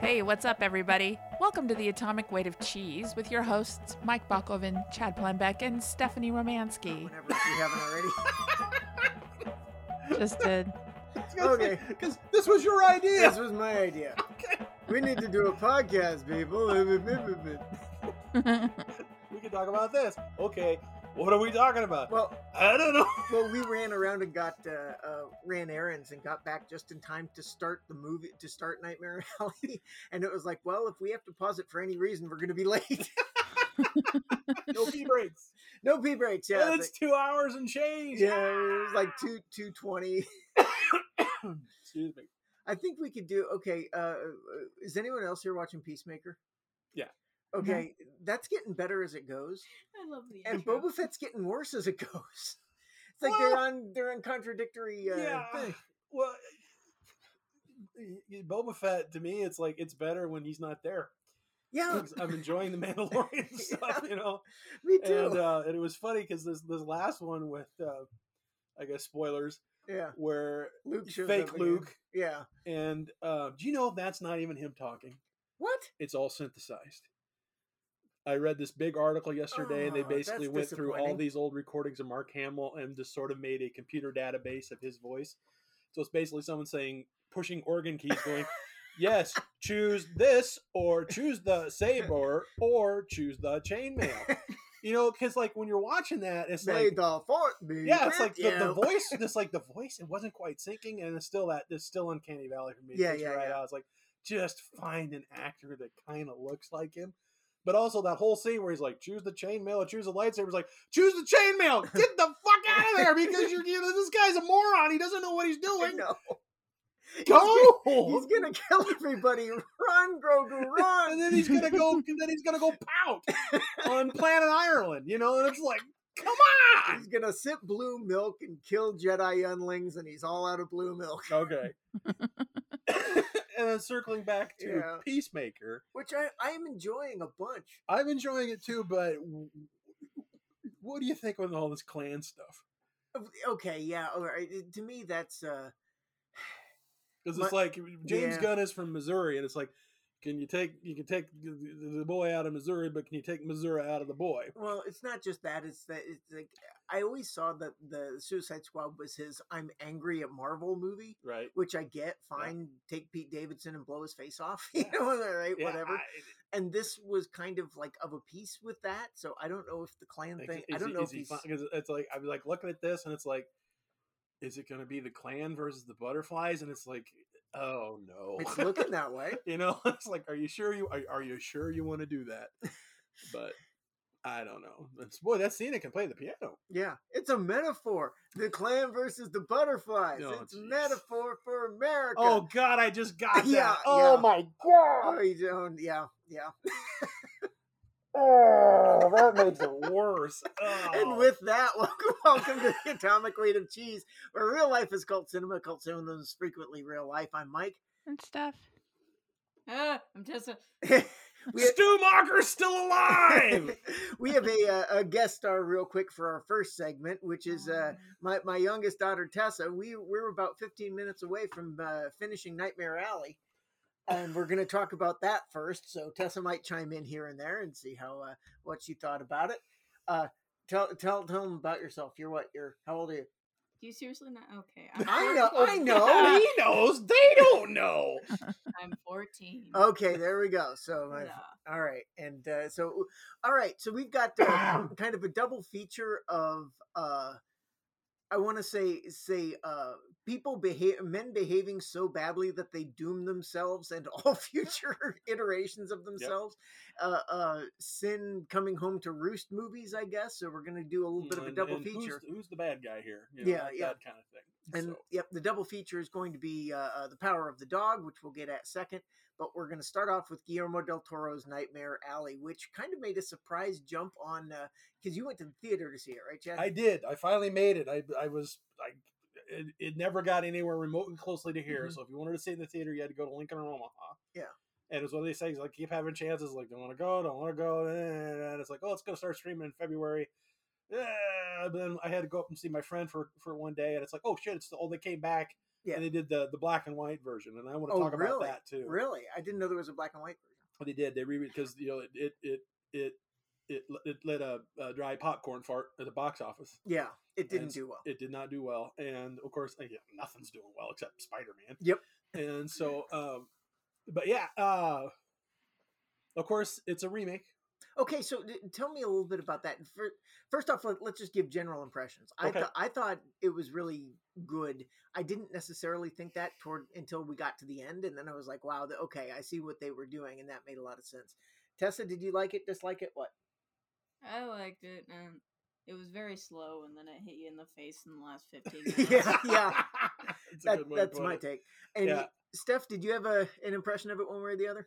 Hey, what's up, everybody? Welcome to the Atomic Weight of Cheese with your hosts, Mike Bakoven, Chad Plenbeck, and Stephanie Romansky. Whenever if you haven't already. Just did. Okay. Because this was your idea. This was my idea. We need to do a podcast, people. we can talk about this. Okay. What are we talking about? well, I don't know. well, we ran around and got uh, uh, ran errands and got back just in time to start the movie to start Nightmare Alley, and it was like, well, if we have to pause it for any reason, we're going to be late. No pee breaks. no pee breaks. Yeah, and it's two hours and change. but- yeah, it was like two two twenty. Excuse me. I think we could do okay. Uh, uh, is anyone else here watching Peacemaker? Yeah. Okay, that's getting better as it goes, I love the and intro. Boba Fett's getting worse as it goes. It's like they're Well- on they're on contradictory. Uh, yeah. thing. Well, y- y- Boba Fett to me, it's like it's better when he's not there. yeah, 'Cause I'm enjoying the Mandalorian stuff, you know. me too. And, uh, and it was funny because this this last one with, uh, I guess spoilers, yeah, where Luke shows fake up again. Luke Yeah, and uh, do you know that's not even him talking? what? It's all synthesized. I read this big article yesterday, and they Oh, basically that's went through all disappointing. these old recordings of Mark Hamill and just sort of made a computer database of his voice. So it's basically someone saying, pushing organ keys, going, "Yes, choose this, or choose the saber, or choose the chainmail." You know, because like when you're watching that, it's May like the fourth be yeah, it's like with the, you. the voice, just like the voice, it wasn't quite syncing, and it's still that it's still uncanny valley for me. It Yeah, takes me yeah, right yeah. out. It's like just find an actor that kind of looks like him. But also that whole scene where he's like, choose the chainmail, or choose the lightsaber. It's like, choose the chainmail, get the fuck out of there because you're, you know, this guy's a moron. He doesn't know what he's I doing. know. Go. He's gonna kill everybody. Run, Grogu, run! and then he's gonna go. and then he's gonna go pout on planet Ireland. You know, and it's like, come on. He's gonna sip blue milk and kill Jedi younglings, and he's all out of blue milk. Okay. and then circling back to Yeah. Peacemaker, Which I I am enjoying a bunch. I'm enjoying it too, but w- what do you think with all this clan stuff? Of- Okay, yeah, all right. it- To me, that's uh, Because it's My- like James yeah. Gunn is from Missouri, and it's like, can you take you can take the- the the boy out of Missouri, but can you take Missouri out of the boy? well, it's not just that. It's that it's like I always saw that the Suicide Squad was his "I'm angry at Marvel" movie, Right. which I get. Fine, take Pete Davidson and blow his face off. You know, all right, Yeah, whatever. I- and this was kind of like of a piece with that. So I don't know if the clan Like, thing. is I don't he- know is if he he's. fi- 'cause it's like I'm like looking at this, and it's like, is it going to be the clan versus the butterflies? And it's like, oh no, It's looking that way. you know it's like are you sure you are, are you sure you want to do that but i don't know That's- boy that scene can play the piano Yeah, it's a metaphor. The clan versus the butterflies. Oh, it's a jeez. metaphor for America. oh god i just got that Yeah, oh yeah. my Oh, god you don't. Yeah, yeah. oh that makes it worse oh. And with that, welcome, welcome to the Atomic Weight of Cheese, where real life is cult cinema. Cult cinema is frequently real life. I'm Mike. And stuff. Ah, I'm just a, we- stu mocker's still alive we have a, uh, a guest star real quick for our first segment, which is uh, Oh. Um, my, my youngest daughter Tessa. We we're about 15 minutes away from uh, finishing Nightmare Alley, and we're going to talk about that first. So Tessa might chime in here and there and see how uh, what she thought about it. Uh, tell tell tell them about yourself. You're what? You're how old are you? Do you seriously not? Okay, I know. I know. oh he knows they don't know I'm 14. Okay, there we go. So Oh my, Yeah. All right, and uh, so all right, so we've got uh, kind of a double feature of uh, I want to say say uh, people behave men behaving so badly that they doom themselves and all future iterations of themselves. Uh, uh, sin coming home to roost movies, I guess. So we're gonna do a little bit of a Mm, And- double and feature. who's, who's the bad guy here You Yeah, that, yeah. that kind of thing And So, yep, the double feature is going to be uh, uh, the power of the dog, which we'll get at second. But we're going to start off with Guillermo del Toro's Nightmare Alley, which kind of made a surprise jump on because you went to the theater to see it, right, Chad? I did. I finally made it. I I was I it, it never got anywhere remotely closely to here. Mhm. So if you wanted to see it in the theater, you had to go to Lincoln or Omaha. Yeah. And it was one of these things like keep having chances, like don't want to go, don't want to go, and it's like oh, it's gonna start streaming in February. Yeah, but then I had to go up and see my friend for for one day, and it's like oh shit, it's the, oh they came back Yeah. and they did the the black and white version, and I want to Oh, talk about really? that too. Really, I didn't know there was a black and white version. They did. They re because you know it it it it it, l- it let a, a dry popcorn fart at the box office. Yeah, it didn't it's- do well. It did not do well, and of course, again, nothing's doing well except Spider Man. Yep. And so, um, but yeah, uh, of course, it's a remake. Okay, so d- tell me a little bit about that. Fir- First off, let, let's just give general impressions. I Okay. thought I thought it was really good. I didn't necessarily think that toward until we got to the end, and then I was like, "Wow, th- okay, I see what they were doing," and that made a lot of sense. Tessa, did you like it? Dislike it? What? I liked it, and it was very slow, and then it hit you in the face in the last fifteen. minutes. Yeah, yeah. It's a That, good way to that's put my it. take. And Yeah. Steph, did you have a an impression of it one way or the other?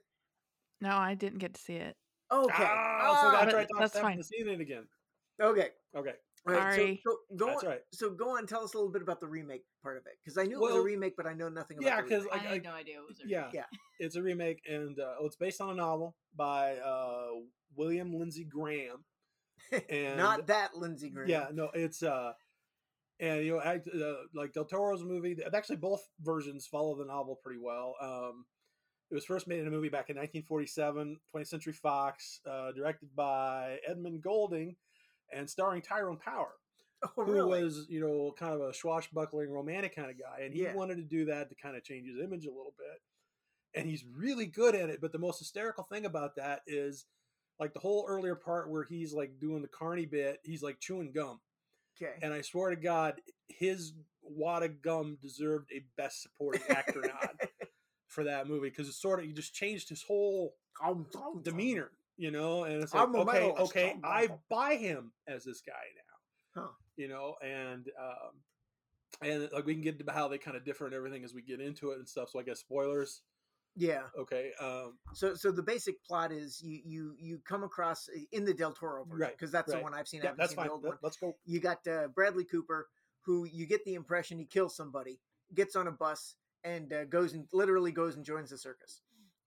No, I didn't get to see it. Okay. Ah, so Ah, that's but right. that's That's fine. fine. The scene again. Okay. Okay, All right, Sorry. So, so go that's on. right. So go on. Tell us a little bit about the remake part of it, because I knew it was a Well, remake, but I know nothing about. yeah, the 'cause remake. I Like, had like- no idea it was. a Yeah, Yeah. It's a remake, and uh, it's based on a novel by uh, William Lindsay Graham. And not that Lindsey Graham. Yeah, no, it's uh, and you know, act, uh, like Del Toro's movie. th- Actually, both versions follow the novel pretty well. Um, it was first made in a movie back in 1947, 20th Century Fox, uh, directed by Edmund Golding, and starring Tyrone Power, Oh, who really? was you know kind of a swashbuckling romantic kind of guy, and he Yeah. wanted to do that to kind of change his image a little bit. And he's really good at it. But the most hysterical thing about that is, like the whole earlier part where he's like doing the carny bit, he's like chewing gum. okay. And I swear to God, his wad of gum deserved a best supporting actor nod for that movie because it's sort of he just changed his whole Um, um, demeanor, you know. And it's like, I'm a okay, medalist. okay, Um, I um, um. buy him as this guy now, Huh. you know. And um, and like we can get into how they kind of differ and everything as we get into it and stuff. So I guess spoilers, Yeah. okay. Um, So, so the basic plot is you you you come across eh, in the Del Toro version Right, because that's the right. one I've seen. I yeah, haven't that's seen fine. The old Let- one. Let's go. You got uh, Bradley Cooper, who you get the impression he kills somebody, gets on a bus, and uh, goes and literally goes and joins the circus.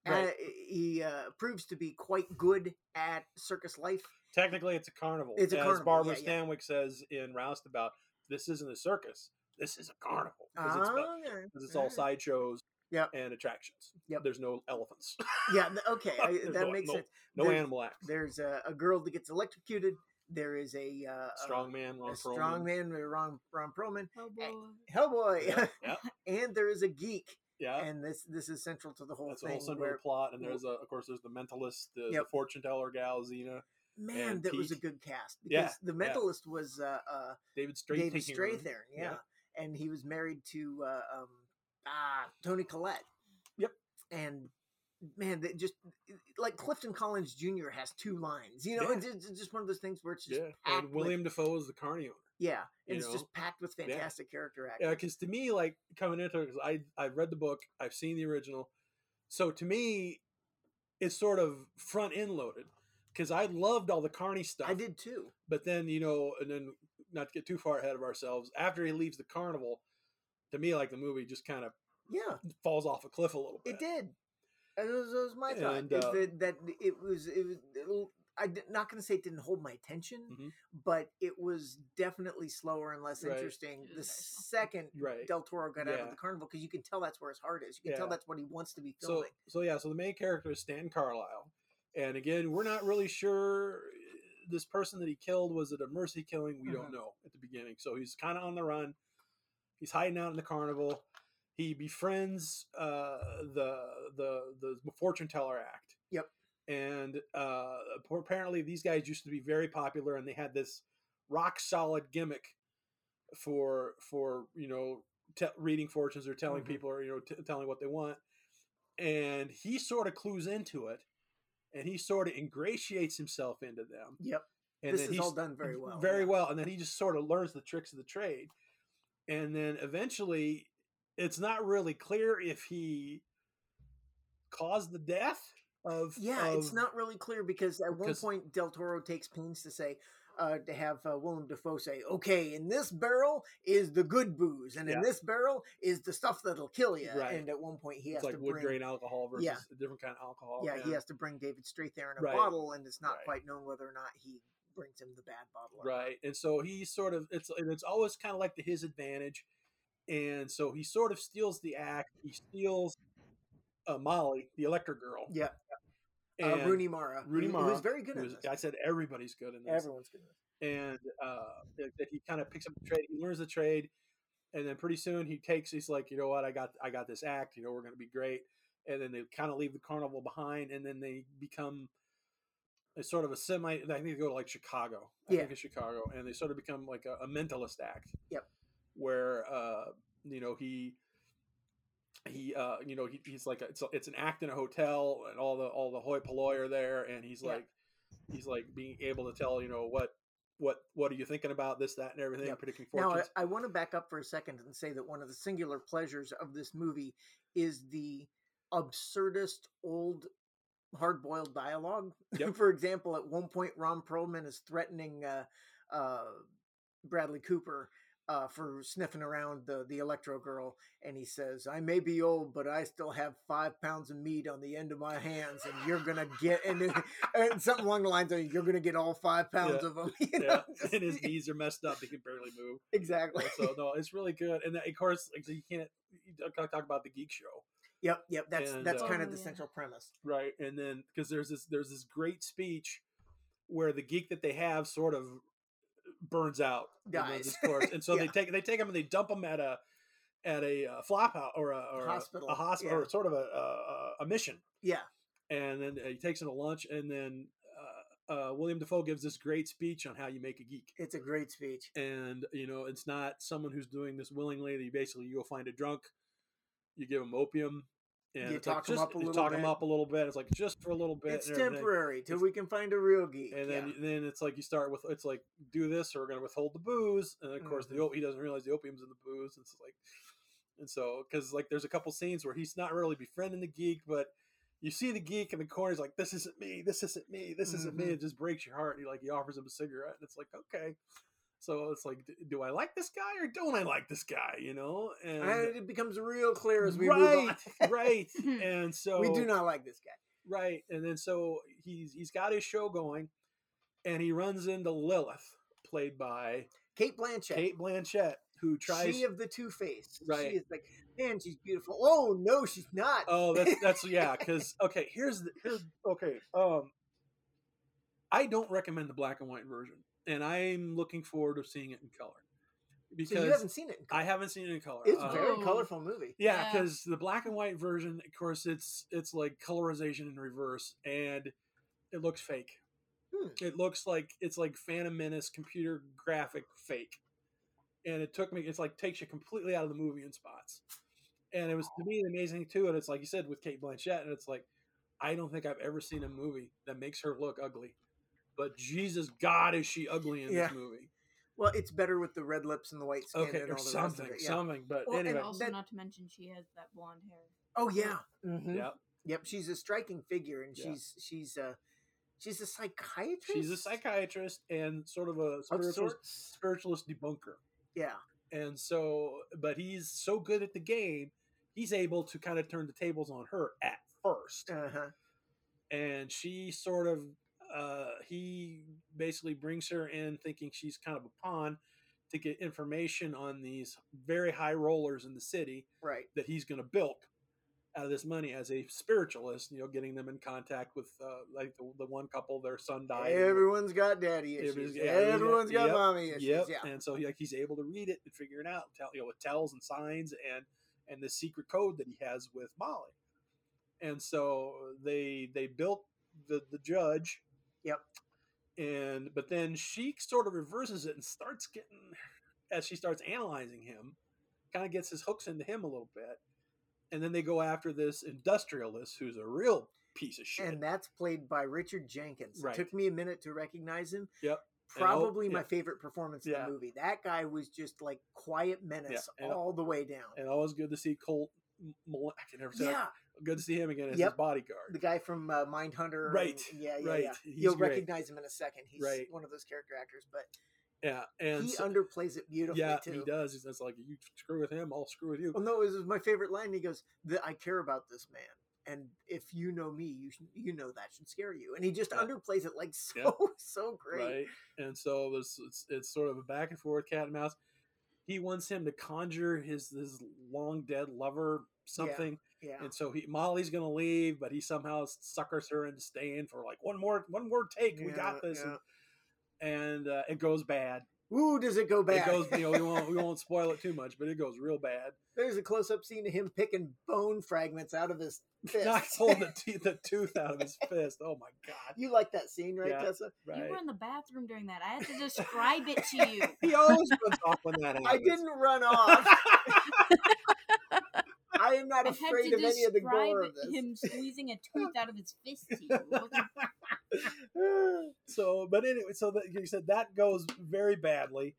Right. Uh, he uh, proves to be quite good at circus life. Technically, it's a carnival. It's a As carnival, Barbara yeah, yeah. Stanwyck says in Roustabout, this isn't a circus. This is a carnival because it's, about- Ah, 'cause it's all alright. sideshows Yep. and attractions. Yep. There's no elephants, Yeah. th- Okay. I, There's that no- makes no- sense. no There's- animal acts. There's a, a girl that gets electrocuted. There is a uh, uh, Strong man, Ron a strong Perlman. man, uh, Ron, Ron Perlman, Oh Eh, boy. Hellboy, Yeah, yeah, and there is a geek, yeah. and this this is central to the whole That's the thing. whole center of where, the plot. And there's, a, of course, there's the mentalist, the, the Yep. fortune teller gal, Xena, man, and that was a Pete. good cast Yeah, because the yeah. Mentalist was uh, uh, David Strait. David Tehran. Strathairn, yeah. Yeah. and he was married to uh, um, ah Tony Collette. Yep. and man, that just like Clifton Collins Jr. has two lines. You know, Yeah. it's, it's just one of those things where it's just Yeah. packed And with- William Defoe is the carny owner. yeah, and you it's know, just packed with yeah. fantastic character actors. Yeah, because to me, like coming into it, 'cause I I've read the book, I've seen the original, so to me, it's sort of front end loaded. Because I loved all the Carney stuff, I did too. but then you know, and then not to get too far ahead of ourselves. After he leaves the carnival, to me, like the movie just kind of Yeah, falls off a cliff a little bit. it did. That was, that was my thought. And, is uh, that, that it was it was it'll- I'm not going to say it didn't hold my attention, Mhm. but it was definitely slower and less Right. interesting. It The was very slow. second Right. Del Toro got out of Yeah. the carnival, because you can tell that's where his heart is. You can tell Yeah. that's what he wants to be so filming. so yeah so the main character is stan carlisle and again we're not really sure this person that he killed was it a mercy killing we Mhm. don't know at the beginning so he's kind of on the run he's hiding out in the carnival he befriends uh, the the the fortune teller act Yep. and uh, appar- apparently these guys used to be very popular and they had this rock solid gimmick for for you know te- reading fortunes or telling Mhm. people or you know t- telling what they want and he sort of clues into it and he sort of ingratiates himself into them yep, and this then is he's all done very well. very yeah. well and then he just sort of learns the tricks of the trade and then eventually it's not really clear if he caused the death of Yeah, it's of- not really clear because at one 'cause- point Del Toro takes pains to say, uh, to have uh, Willem Dafoe say, "Okay, in this barrel is the good booze, and in Yeah. this barrel is the stuff that'll kill you." Right. And at one point he has it's like to wood bring, grain alcohol versus Yeah. a different kind of alcohol yeah, and- he has to bring David Straight there in a Right. bottle, and it's not Right. quite known whether or not he brings him the bad bottle. Or not. right and so he sort of it's and it's always kind of like to his advantage and so he sort of steals the act. He steals uh, Molly, the Electric Girl. Yeah. Uh, and Rooney Mara. Rooney who- Mara, Who's very good who at is- this. I said everybody's good in this Everyone's good at this. and uh, that, that he kind of picks up the trade. He learns the trade, and then pretty soon he takes. He's like, you know what, I got, I got this act. You know, we're gonna be great. And then they kind of leave the carnival behind, and then they become a sort of a semi. I think they go to like Chicago. I Yeah. think it's Chicago, and they sort of become like a, a mentalist act. Yep. Where uh, you know he. He, uh, you know, he, he's like a, it's, a, it's an act in a hotel, and all the all the hoi polloi are there, and he's Yeah. like, he's like being able to tell, you know, what what what are you thinking about this that and everything Yep. predicting Now, uh, fortunes I, I want to back up for a second and say that one of the singular pleasures of this movie is the absurdist old hard boiled dialogue. Yep. for example, at one point, Ron Perlman is threatening uh, uh, Bradley Cooper. Uh, for sniffing around the the electro girl, and he says, "I may be old, but I still have five pounds of meat on the end of my hands, and you're gonna get and, then- and something along the lines of you're gonna get all five pounds Yeah. of them." You yeah know? Just- and his knees are messed up he can barely move exactly. And so no it's really good and that, of course like, you can't you don't talk talk about the geek show Yep, yep. That's And, that's uh, kind of Oh, the yeah. central premise. right and then because there's this there's this great speech where the geek that they have sort of burns out and runs Dies. his course. and so they Yeah. take they take him and they dump him at a at a uh, flop house or a, or a- Hospital, a, hospital yeah. or sort of a, a a mission Yeah, and then uh, he takes him to lunch and then uh, uh, william defoe gives this great speech on how you make a geek it's a great speech. and you know it's not someone who's doing this willingly you basically you go find a drunk you give him opium and You it's like, talk 'em just- up a you little talk him bit. up a little bit it's like just for a little bit It's and everything. temporary till It's- we can find a real geek. and then then it's like you start with it's like do this or we're going to withhold the booze and of course the Mhm. op- he doesn't realize the opium's in the booze and it's like and so because like there's a couple scenes where he's not really befriending the geek but you see the geek in the corner he's like this isn't me this isn't me this isn't me Mhm. it just breaks your heart and he like he offers him a cigarette and it's like okay so it's like d- do i like this guy or don't i like this guy you know and yeah. and it becomes real clear as we move right on. right and so we do not like this guy. Right, and then so he's he's got his show going, and he runs into Lilith, played by Kate Blanchett. Kate Blanchett, who tries. she of the two face. Right. She is like, man, she's beautiful. Oh no, she's not. oh, that's that's yeah. Because okay, here's the here's okay. Um, I don't recommend the black and white version, and I'm looking forward to seeing it in color because so you haven't seen it. in I color. haven't seen it in color. It's a Uh, very Oh. colorful movie. Yeah, Yeah. because the black and white version, of course, it's it's like colorization in reverse, and it looks fake. Hmm. It looks like it's like Phantom Menace computer graphic fake, and it took me. It's like takes you completely out of the movie in spots, and it was to me amazing too. And it's like you said with Kate Blanchett, and it's like I don't think I've ever seen a movie that makes her look ugly, but Jesus God, is she ugly in Yeah. this movie? Well, it's better with the red lips and the white skin Okay, and or all the something, rest of it. Yeah. something. But Well, and anyway, And also, that- not to mention, she has that blonde hair. Oh yeah. hmm yeah, Yep. She's a striking figure, and Yeah. she's she's uh she's a psychiatrist. she's a psychiatrist and sort of a of spiritualist, sorts. spiritualist debunker. Yeah. And so, but he's so good at the game, he's able to kind of turn the tables on her at first. Uh huh. And she sort of, uh, he basically brings her in thinking she's kind of a pawn to get information on these very high rollers in the city Right. that he's going to bilk out of this money as a spiritualist, you know, getting them in contact with, uh, like the, the one couple, their son died. and what- Everyone's got daddy Everybody's issues. got- everybody's got- Everyone's got yep, mommy issues. Yep. Yeah. And so he, like, he's able to read it and figure it out, tell you know, with tells and signs and and the secret code that he has with Molly. And so they they built the the judge. Yep. And but then she sort of reverses it and starts getting as she starts analyzing him, kind of gets his hooks into him a little bit. And then they go after this industrialist who's a real piece of shit. And that's played by Richard Jenkins. Right. It took me a minute to recognize him. Yep. And all- Probably my yeah. favorite performance in Yeah. the movie. That guy was just like quiet menace and- all the way down. and always good to see Colt Mul- I can never say that. yeah, good to see him again as Yep. his bodyguard. the guy from uh, Mindhunter. and- Right, yeah, yeah, right. yeah. He's You'll great. recognize him in a second. He's Right. one of those character actors, but Yeah, and he so- underplays it beautifully yeah, too. he does. He's just like, you screw with him, I'll screw with you. Well, Oh, no, it was my favorite line. He goes, "The- "I care about this man, and if you know me, you should, you know that should scare you." And he just Yeah. underplays it like so Yeah. so great. Right, and so there's it's, it's sort of a back and forth cat and mouse. he wants him to conjure his his long dead lover something, Yeah. and so he Molly's gonna leave, but he somehow suckers her into staying for like one more one more take. we got Yeah, this, yeah. and, and uh, it goes bad. Ooh, does it go back? It goes. You know, we won't we won't spoil it too much, but it goes real bad. There's a close-up scene of him picking bone fragments out of his Knocks fist. all the te- the tooth out of his fist. Oh my god! you like that scene, right, Yeah. Tessa? You Right. were in the bathroom during that. I had to describe it to you. He always runs off when that happens. I didn't run off. I am not I had to afraid of any of the describe gore of this. him squeezing a tooth out of his fist to you. It wasn't- so, but anyway, so that you said that goes very badly,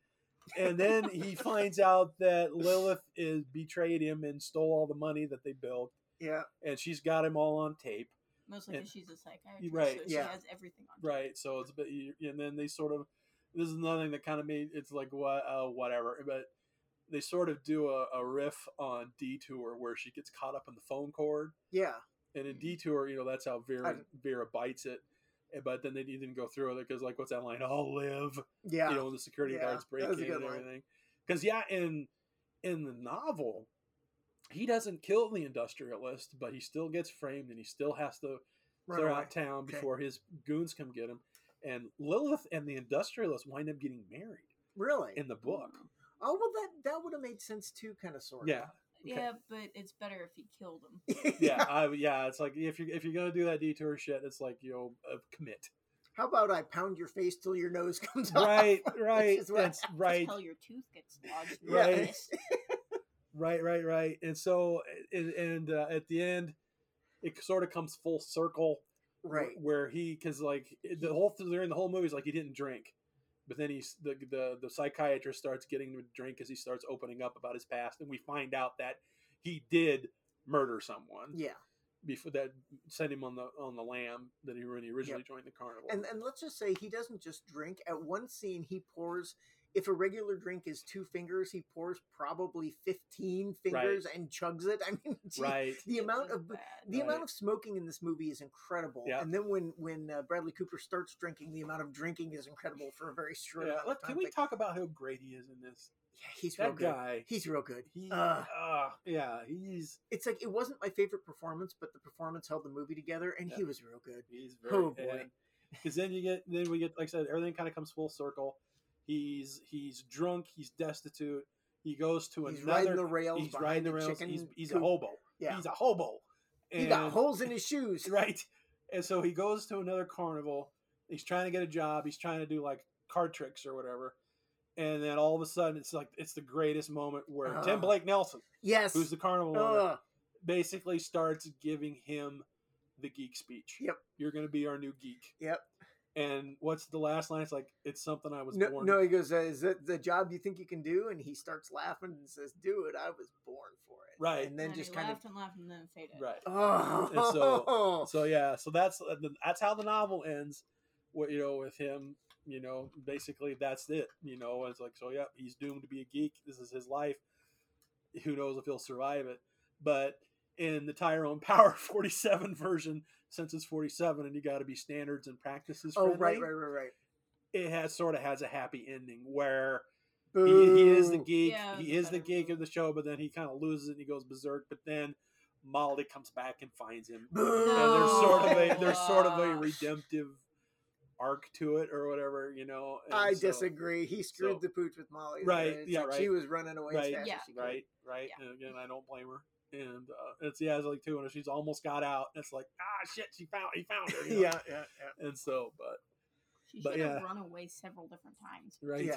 and then he finds out that Lilith is betrayed him and stole all the money that they built, Yeah. and she's got him all on tape, Mostly And- because she's a psychiatrist, right, so yeah. she has everything on. right? So it's but you- and then they sort of this is another thing that kind of made it's like what uh, whatever, but they sort of do a, a riff on detour where she gets caught up in the phone cord. Yeah. and in detour, you know that's how Vera I- Vera bites it. Eh, But then they didn't go through it because, like, what's that line? I'll live. Yeah. You know, when the security Yeah, guards that break was a in good and line. everything. Because yeah, in in the novel, he doesn't kill the industrialist, but he still gets framed and he still has to Run clear away. out town Okay. before his goons come get him. And Lilith and the industrialist wind up getting married Really? in the book. oh well, that that would have made sense too, kind of sort. Yeah, Okay. Yeah, but it's better if he killed him. of. yeah, I, yeah. It's like if you if you're gonna do that detour shit, it's like you know uh, commit. How about I pound your face till your nose comes off? Right, right. is what That's right. Until your tooth gets lodged in Right. your fist. Right, right, right. And so, and, and uh, at the end, it sort of comes full circle, Right. Where he, because like the whole during the whole movie is like he didn't drink, but then he's the the, the psychiatrist starts getting him to drink as he starts opening up about his past, and we find out that he did murder someone Yeah. before that sent him on the on the lamb that he when he originally Yep. joined the carnival. And and let's just say he doesn't just drink. At one scene, he pours. If a regular drink is two fingers, he pours probably fifteen fingers and chugs it. I mean, gee, right. the It amount was of bad. the amount Right. of smoking in this movie is incredible. Yeah. And then when when uh, Bradley Cooper starts drinking, the amount of drinking is incredible for a very short Yeah. amount Let, of time. can we Like, talk about how great he is in this? yeah, he's real That good. guy. He's real good. He. Ugh. ah, yeah. He's. It's like it wasn't my favorite performance, but the performance held the movie together, and Yeah. he was real good. He's very Oh, boy. Because then you get then we get like I said, everything kind of comes full circle. He's he's drunk. He's destitute. He goes to He's another. riding the rails. he's riding behind the a rails. Chicken He's, he's a coop. hobo. Yeah. He's a hobo. And, he got holes in his shoes. right. And so he goes to another carnival. He's trying to get a job. He's trying to do like card tricks or whatever. And then all of a sudden, it's like it's the greatest moment where Tim Ah. Blake Nelson, Yes. who's the carnival owner, Ugh. basically starts giving him the geek speech. Yep. You're going to be our new geek. Yep. And what's the last line? It's like, it's something I was No, born no, he goes, uh, "Is that the job you think you can do?" And he starts laughing and says, "Do it. I was born for it." Right. And then And just he kind of laughed and laughed and then faded. Right. oh, And So, yeah. So that's uh, that's how the novel ends. What you know with him, you know, basically that's it. You know, it's like so. Yeah, he's doomed to be a geek. This is his life. Who knows if he'll survive it? But in the Tyrone Power 47 version, since it's 47 and you got to be standards and practices. oh, right, friendly, right, right, right. It has sort of has a happy ending where Boo. he, he is the geek. Yeah, it was he a is the better geek move. of the show, but then he kind of loses it and he goes berserk. But then Molly comes back and finds him, Boo. and there's sort of a No. there's sort of a Oh, Gosh. redemptive arc to it or whatever, you know. and I so- disagree. He screwed so- the pooch with Molly. there. Right, It's yeah, like right. She was running away as Right, fast Yeah. as she could. Right, right. Yeah. And again, I don't blame her. And uh, it's yeah, it's like two, and she's almost got out. And it's like ah shit, she found he found her. you know? yeah, yeah, yeah. And so, but She But should have yeah. run away several different times. right,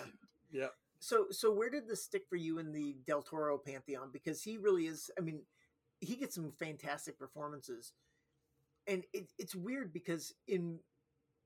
Yeah. So, so where did this stick for you in the Del Toro pantheon? Because he really is. I mean, he gets some fantastic performances, and it, it's weird because in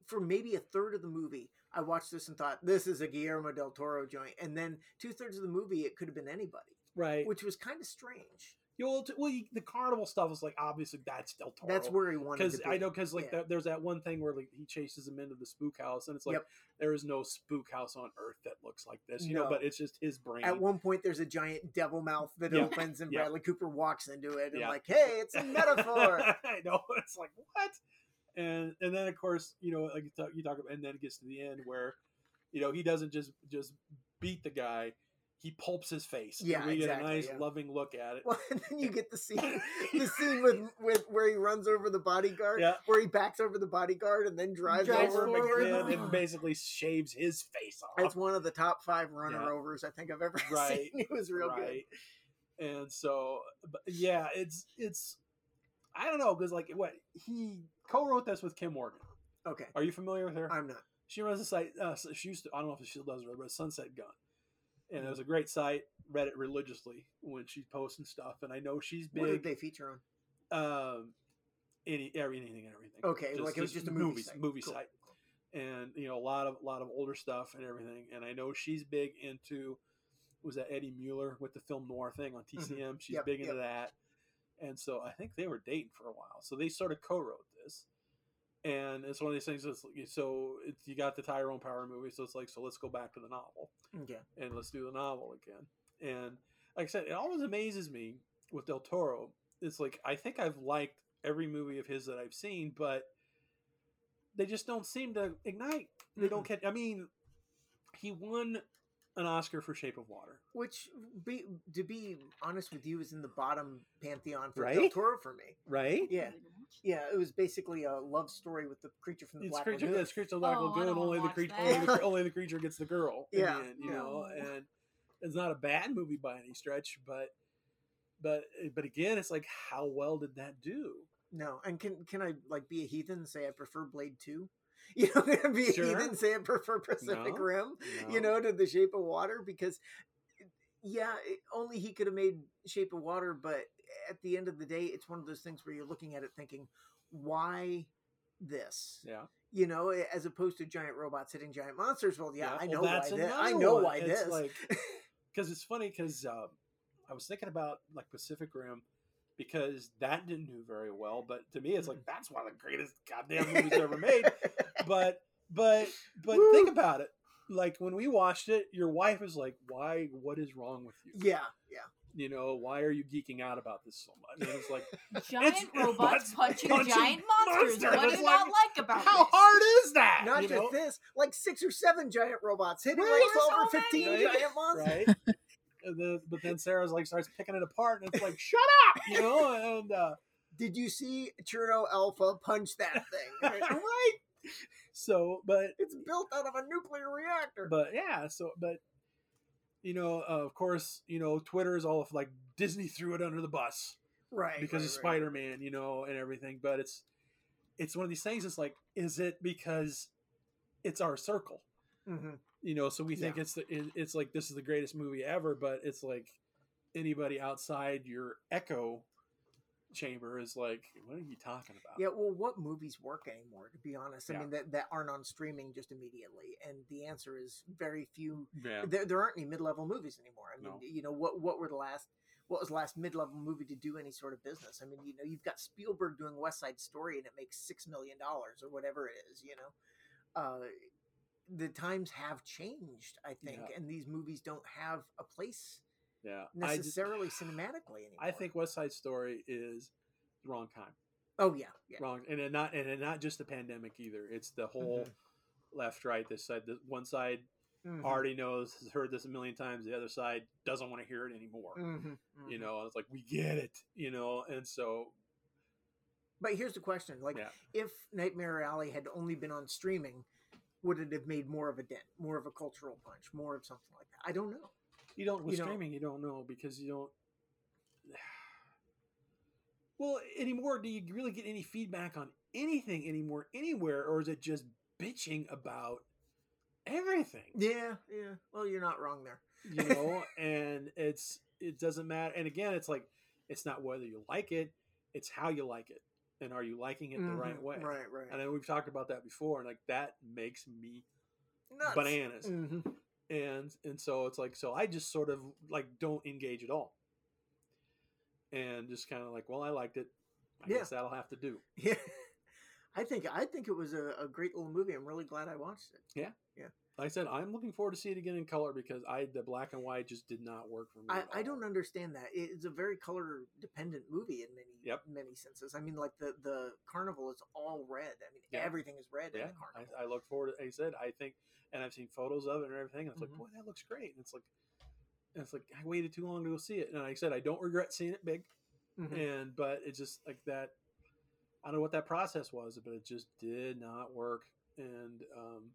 for maybe a third of the movie, I watched this and thought this is a Guillermo del Toro joint, and then two thirds of the movie, it could have been anybody, right. which was kind of strange. You know, well, you- the carnival stuff is like obviously that's Del Toro. That's where he wanted to because be. I know because like Yeah. that, there's that one thing where like he chases him into the spook house and it's like Yep. there is no spook house on earth that looks like this you know No. but it's just his brain At one point, there's a giant devil mouth that Yeah. opens, and Yeah. Bradley Cooper walks into it, and Yeah. like, hey, it's a metaphor. I know it's like what and and then of course you know like you talk, you talk about and then it gets to the end where you know he doesn't just just beat the guy he pulps his face. Yeah, and we get a exactly, nice yeah. loving look at it. Well, and then you get the scene, the scene with with where he runs over the bodyguard, Yeah. where he backs over the bodyguard and then drives, Drives over him forward again. and then basically shaves his face off. It's one of the top five runner Yeah. overs I think I've ever Right, seen. It was real good. And so, but yeah, it's it's I don't know because like what he co-wrote this with Kim Morgan. Okay, Are you familiar with her? I'm not. she runs a site. Uh, so she used to. I don't know if she still does, but Sunset Gun, and Mm-hmm. it was a great site. Read it religiously when she's posting stuff, and I know she's What did big. they feature on? um, any every- anything and everything. Okay, like it was just a movie movies, site. movie Cool. site, and you know a lot of a lot of older stuff and everything. And I know she's big into was that Eddie Mueller with the film noir thing on TCM. Mm-hmm. She's Yep, big into that, and so I think they were dating for a while. So they sort of co-wrote this, and it's one of these things. That's, so it's, you got the Tyrone Power movie, so it's like so let's go back to the novel Mm, Yeah, and let's do the novel again. And like I said, it always amazes me with Del Toro. It's like I think I've liked every movie of his that I've seen, but they just don't seem to ignite. They don't catch. I mean, he won an Oscar for Shape of Water. Which, be, to be honest with you, is in the bottom pantheon for Del Right? Toro for me. Right? Yeah, yeah. It was basically a love story with the creature from the It's Black creature, Lagoon. it's creature of the Black Oh, I Lagoon. don't wanna Only the watch creature, that. only the, only the creature gets the girl. in the Yeah. end, you know, No. and it's not a bad movie by any stretch, but but but again, it's like how well did that do? No, and can can I like be a heathen and say I prefer Blade Two? You know, can I be a Sure. heathen and say I prefer Pacific No, Rim? You No. know, to The Shape of Water because, eh, yeah, it, only he could have made Shape of Water. But at the end of the day, it's one of those things where you're looking at it thinking, why this? yeah. You know, as opposed to giant robots hitting giant monsters. Well, yeah, I well, know why that's this. I another know one. why It's this. Like, because it's funny because um, I was thinking about like Pacific Rim because that didn't do very well, but to me it's like that's one of the greatest goddamn movies ever made. But but but Woo. think about it. Like when we watched it, your wife was like, "Why? What is wrong with you? yeah, yeah. You know, why are you geeking out about this so much?" And it's like, Giant It's- robots robots punching, punching giant monsters. monsters. What do It's you not like, like about how this? hard is that? Not You just know? this, like six or seven giant robots hitting Right, like there's twelve or so fifteen many. giant monsters. right? And then, but then Sarah's like starts picking it apart, and it's like, "Shut up!" You know, and uh, Did you see Cherno Alpha punch that thing? right. So, but it's built out of a nuclear reactor. but yeah, so but you know, uh, of course, you know, Twitter is all of like Disney threw it under the bus right. right, because of right. Spider Man, you know, and everything. But it's it's one of these things. It's like, is it because it's our circle? Mhm. You know, so we think Yeah. it's the it, it's like this is the greatest movie ever, but it's like anybody outside your echo chamber is like, what are you talking about? Yeah, well, what movies work anymore, to be honest? I Yeah. mean, that, that aren't on streaming just immediately. And the answer is very few. Yeah. There, there aren't any mid level movies anymore. I mean, No. you know, what, what were the last. What was the last mid-level movie to do any sort of business? I mean, you know, you've got Spielberg doing West Side Story, and it makes six million dollars or whatever it is. You know, uh, the times have changed, I think, Yeah. and these movies don't have a place Yeah. I just- necessarily cinematically anymore. I think West Side Story is the wrong time. Oh yeah, yeah. wrong and then not and then not just the pandemic either it's the whole left right this side the one side Mhm, already knows has heard this a million times the other side doesn't want to hear it anymore mhm, you mhm. know and it's like we get it you know and so But here's the question: like, Yeah. if Nightmare Alley had only been on streaming, would it have made more of a dent, more of a cultural punch, more of something like that? I don't know. you don't with You don't- streaming you don't know because you don't well anymore do you really get any feedback on anything anymore anywhere or is it just bitching about everything Yeah, yeah. Well, you're not wrong there. you know and it's it doesn't matter and again it's like it's not whether you like it it's how you like it and are you liking it the right Mhm, way Right, right. and then we've talked about that before and like that makes me Nuts. bananas Mhm. and and so it's like so i just sort of like don't engage at all and just kind of like well i liked it i Yeah. guess that'll have to do Yeah. I think I think it was a, a great little movie. I'm really glad I watched it. like i said i'm looking forward to see it again in color because i the black and white just did not work for me I, at I all. don't understand that. It- It's a very color dependent movie in many Yep. many senses. I mean, like the the carnival is all red. I mean, Yeah. everything is red yeah, in the carnival. I, I look forward. To, like I said, I think, and I've seen photos of it and everything. And it's Mhm. like, boy, that looks great. And it's like, And it's like I waited too long to go see it, and like I said I don't regret seeing it big, Mhm. and but it just like that. I don't know what that process was, but it just did not work. And um,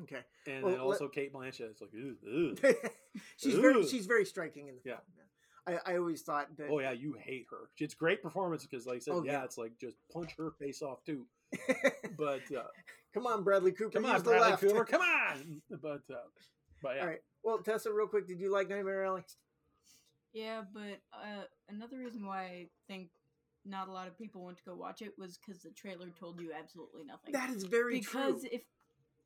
Okay. and Well, let- then also Kate Blanchett. It's like, ooh, ooh. she's very Ooh. she's very striking in the Yeah. film. I, I always thought that oh yeah, you hate her. It's great performance because, like I said, Oh, yeah, yeah. it's like just punch her face off too. But uh, Come on, Bradley Cooper. come on, use the Bradley left. Cooper, come on. But uh, but yeah, All right. Well, Tessa, real quick, did you like Nightmare Alley? Yeah, but uh, another reason why I think not a lot of people went to go watch it was because the trailer told you absolutely nothing. That is very because true. if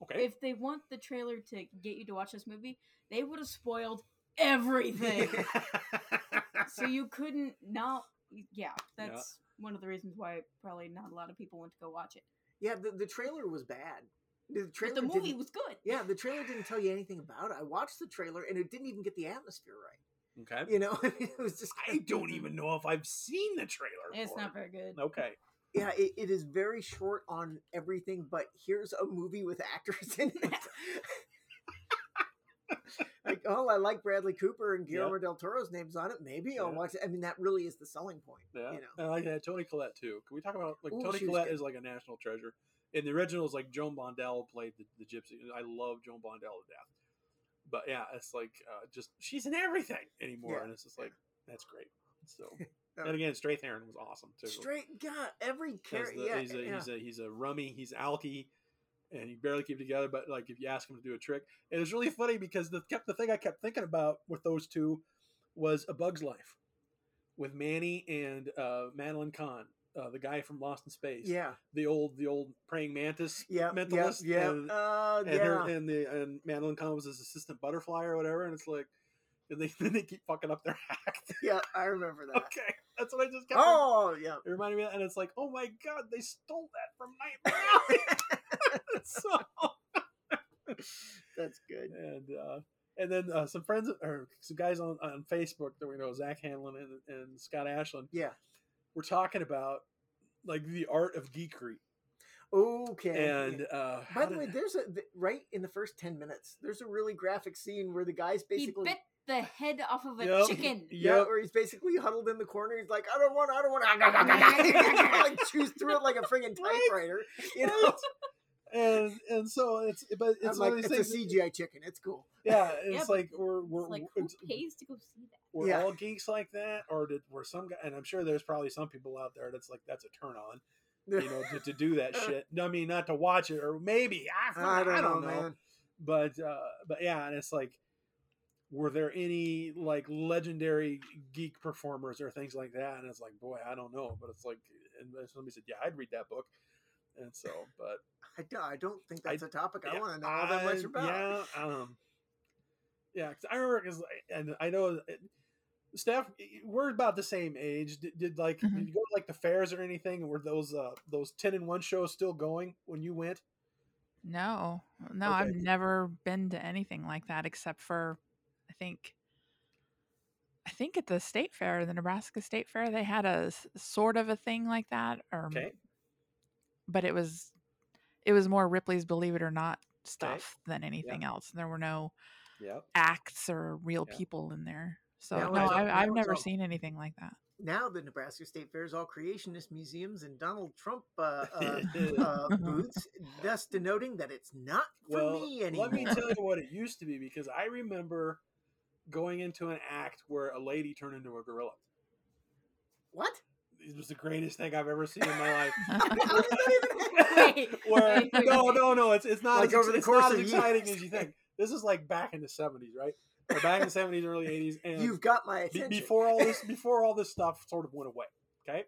okay, if they want the trailer to get you to watch this movie, they would have spoiled everything. so you couldn't not. Yeah, that's one of the reasons why probably not a lot of people went to go watch it. yeah, the, the trailer was bad. The trailer But the movie didn't- was good. yeah, the trailer didn't tell you anything about it. I watched the trailer and it didn't even get the atmosphere right. okay. You know, it was just. I don't even know if I've seen the trailer. It's for not it. very good. okay. Yeah, it, it is very short on everything, but here's a movie with actors in it. like, oh, I like Bradley Cooper and Guillermo del Toro's names on it. Maybe I'll Yeah. watch it. I mean, that really is the selling point. Yeah, You know. and I like that Tony Collette too. Can we talk about like Ooh, Tony she was Collette good. is like a national treasure. In the original, is like Joan Bondell played the, the gypsy. and I love Joan Bondell to death. But yeah, it's like uh, just she's in everything anymore, Yeah. and it's just like that's great. So Um, and again, Strathairn was awesome too. Straight God, every Because character. the- Yeah, he's, a, yeah. he's a he's a rummy, he's alky, and you barely keep it together. But like if you ask him to do a trick, it was really funny because the kept the thing I kept thinking about with those two was A Bug's Life with Manny and uh, Madeline Kahn, uh, the guy from Lost in Space, yeah, the old the old praying mantis yeah, yeah, mentalist, yeah. and- Uh, and yeah. her and the and Madeline Kahn was his assistant butterfly or whatever, and it's like. And they, then they keep fucking up their act. yeah, I remember that. okay, that's what I just kept. Oh, yeah. It reminded me of that, and it's like, oh my god, they stole that from Nightmare Alley. so, That's good. and uh, and then uh, some friends or some guys on, on Facebook that we know, Zach Hanlon and, and Scott Ashland, Yeah. were talking about like the art of geekery. Okay. yeah. And uh, by how the way, did- there's a th- right in the first ten minutes. There's a really graphic scene where the guy's basically. He bit the head off of a Yep. chicken. Yeah, Yep. where he's basically huddled in the corner. He's like, I don't want, I don't want. like chews through it like a friggin' Right. typewriter. You know, and and so it's but it's it's like one of these it's things. a CGI chicken. It's cool. Yeah, Yeah, it's but like we're we're It's like who it's- pays to go see that? were Yeah. all geeks like that, or did were some guy? And I'm sure there's probably some people out there that's like that's a turn on. you know, to, to do that shit. No, I mean, not to watch it, or maybe I, I don't, know, man. But uh, but yeah, and it's like, were there any like legendary geek performers or things like that? And it's like, boy, I don't know. But it's like, and then somebody said, yeah, I'd read that book. And so, but I, do, I don't think I- that's a topic I yeah, want to know all that much about. Yeah, um, yeah. 'cause I remember, cause, I- and I know, it, Steph, we're about the same age. Did, did like Mhm. did you go to like the fairs or anything? Were those uh those ten and one shows still going when you went? No, no, I've never been to anything like that except for, I think, I think at the state fair, the Nebraska State Fair, they had a s- sort of a thing like that, or m- Okay. but it was, it was more Ripley's Believe It or Not stuff than anything else. There were no Yeah. acts or real Yeah. people in there, so Now no, it's all- I, I've now it's never all- seen anything like that. Now the Nebraska State Fair is all creationist museums and Donald Trump uh, uh, uh, booths, thus denoting that it's not for well, me anymore. let me tell you what it used to be because I remember going into an act where a lady turned into a gorilla. what? It was the greatest thing I've ever seen in my life. How does that even happen? Wait, where wait, wait, no wait. no no it's it's not Like as, over over the it's course not as of exciting years. as you think this is like back in the 70s right or back in the 70s early 80s and You've got my be- attention. before all this before all this stuff sort of went away okay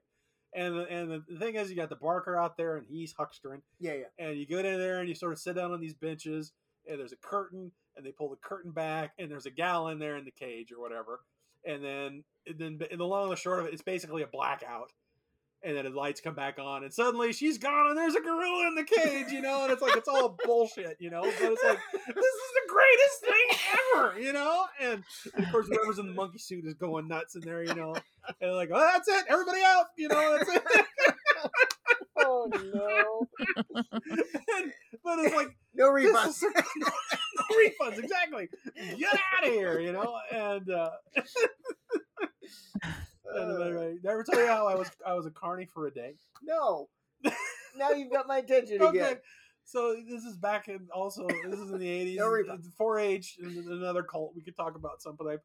and the, and the thing is you got the barker out there and he's huckstering yeah, yeah. and you go down there and you sort of sit down on these benches and there's a curtain and they pull the curtain back and there's a gal in there in the cage or whatever and then and then in the long and the short of it it's basically a blackout and then the lights come back on and suddenly she's gone and there's a gorilla in the cage you know and it's like it's all bullshit you know but it's like this is the greatest thing ever you know and of course whoever's in the monkey suit is going nuts in there you know and they're like oh that's it everybody out you know that's it Oh no! And- but it's like No this refunds. is a- refunds exactly. Get out of here, you know. And uh, Uh. anyway, never tell you how I was I was a carny for a day. no. Now you've got my attention again. So this is back in also this is in the eighties. No refunds. 4-H is another cult we could talk about sometime.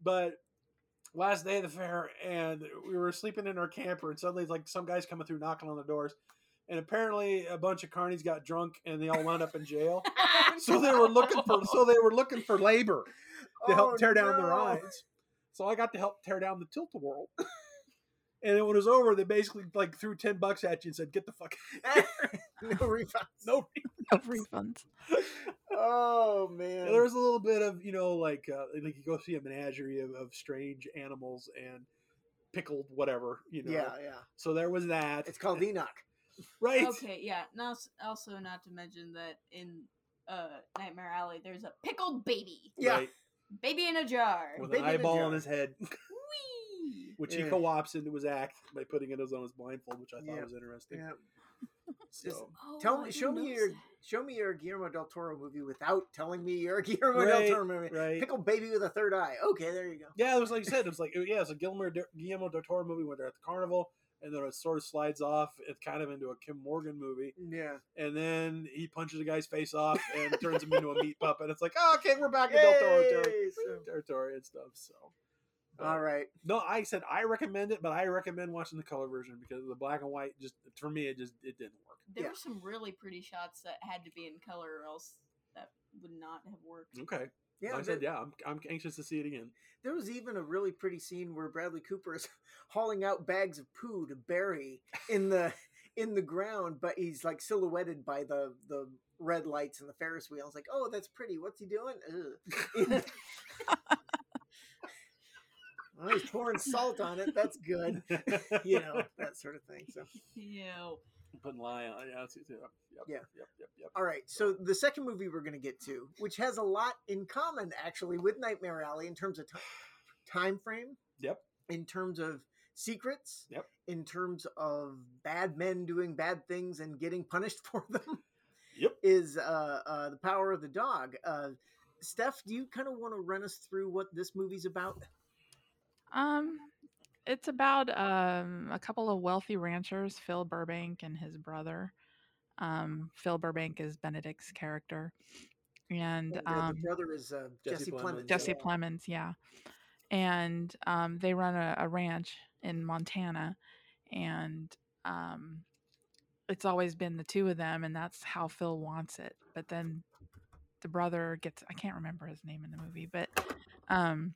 But last day of the fair, and we were sleeping in our camper, and suddenly like some guys coming through knocking on the doors, and apparently a bunch of carnies got drunk and they all wound up in jail. so they were looking for so they were looking for labor to Oh, help tear down the no. rides. So I got to help tear down the tilt a whirl. and then when it was over, they basically like threw ten bucks at you and said, "Get the fuck no refunds. no." No refunds. Oh And man. There was a little bit of you know like uh, like you go see a menagerie of, of strange animals and pickled whatever you know. yeah, yeah. So there was that. It's called Enoch. right. okay, yeah. Now, s- also not to mention that in uh, Nightmare Alley, there's a pickled baby, Yeah. Right. baby in a jar. With Baby an in a eyeball jar. on his head, Whee! which Yeah. he co-ops into his act by putting it on his blindfold, which I thought Yeah. was interesting. Yeah. Just So, Oh, tell I me, didn't show me notice your, that. show me your Guillermo del Toro movie without telling me your Guillermo del Right, Toro movie. right. Pickle baby with a third eye. Okay, there you go. Yeah, it was like you said. It was like yeah, it's a Guillermo Guillermo del Toro movie where they're at the carnival, and then it sort of slides off. It's kind of into a Kim Morgan movie, Yeah. and then he punches a guy's face off and turns him into a meat puppet. It's like oh, okay, we're back in del Toro Yay, territory, so- territory and stuff. So, but- All right. no, I said I recommend it, but I recommend watching the color version because the black and white just for me it just it didn't work. There yeah. were some really pretty shots that had to be in color, or else that would not have worked. Okay, Yeah, I there, said yeah, I'm, I'm anxious to see it again. there was even a really pretty scene where Bradley Cooper is hauling out bags of poo to bury in the in the ground, but he's like silhouetted by the the red lights and the Ferris wheel. I was like, oh, that's pretty. What's he doing? Ugh. well, he's pouring salt on it. That's good. You know that sort of thing. So. Ew. putting lie on. Yeah, it's- it's- yep, yep, Yeah. yep, yep, yep. All right, so the second movie we're going to get to, which has a lot in common actually with Nightmare Alley in terms of ti- time frame, Yep. in terms of secrets, Yep. in terms of bad men doing bad things and getting punished for them, Yep. is uh, uh, the power of the dog. Uh, Steph, do you kind of want to run us through what this movie's about? Um, it's about um a couple of wealthy ranchers, Phil Burbank and his brother. Um, Phil Burbank is Benedict's character, and the, um, brother is uh, Jesse, Jesse Plemons. Plemons, Jesse yeah. Plemons, yeah. And um, they run a, a ranch in Montana, and um, it's always been the two of them, and that's how Phil wants it. But then the brother gets—I can't remember his name in the movie—but um,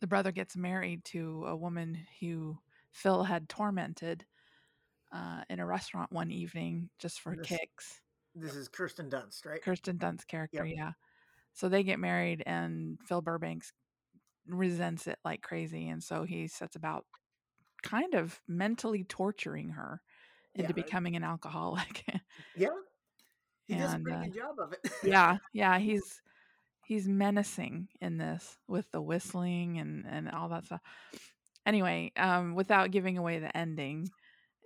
the brother gets married to a woman who Phil had tormented uh, in a restaurant one evening just for Yes. kicks. This is Kirsten Dunst, right? Kirsten Dunst's character, yeah. So they get married, and Phil Burbanks resents it like crazy, and so he sets about kind of mentally torturing her into Yeah. becoming an alcoholic. yeah, he does a And, pretty uh, good job of it. yeah, yeah, he's he's menacing in this with the whistling and and all that stuff. Anyway, um, without giving away the ending,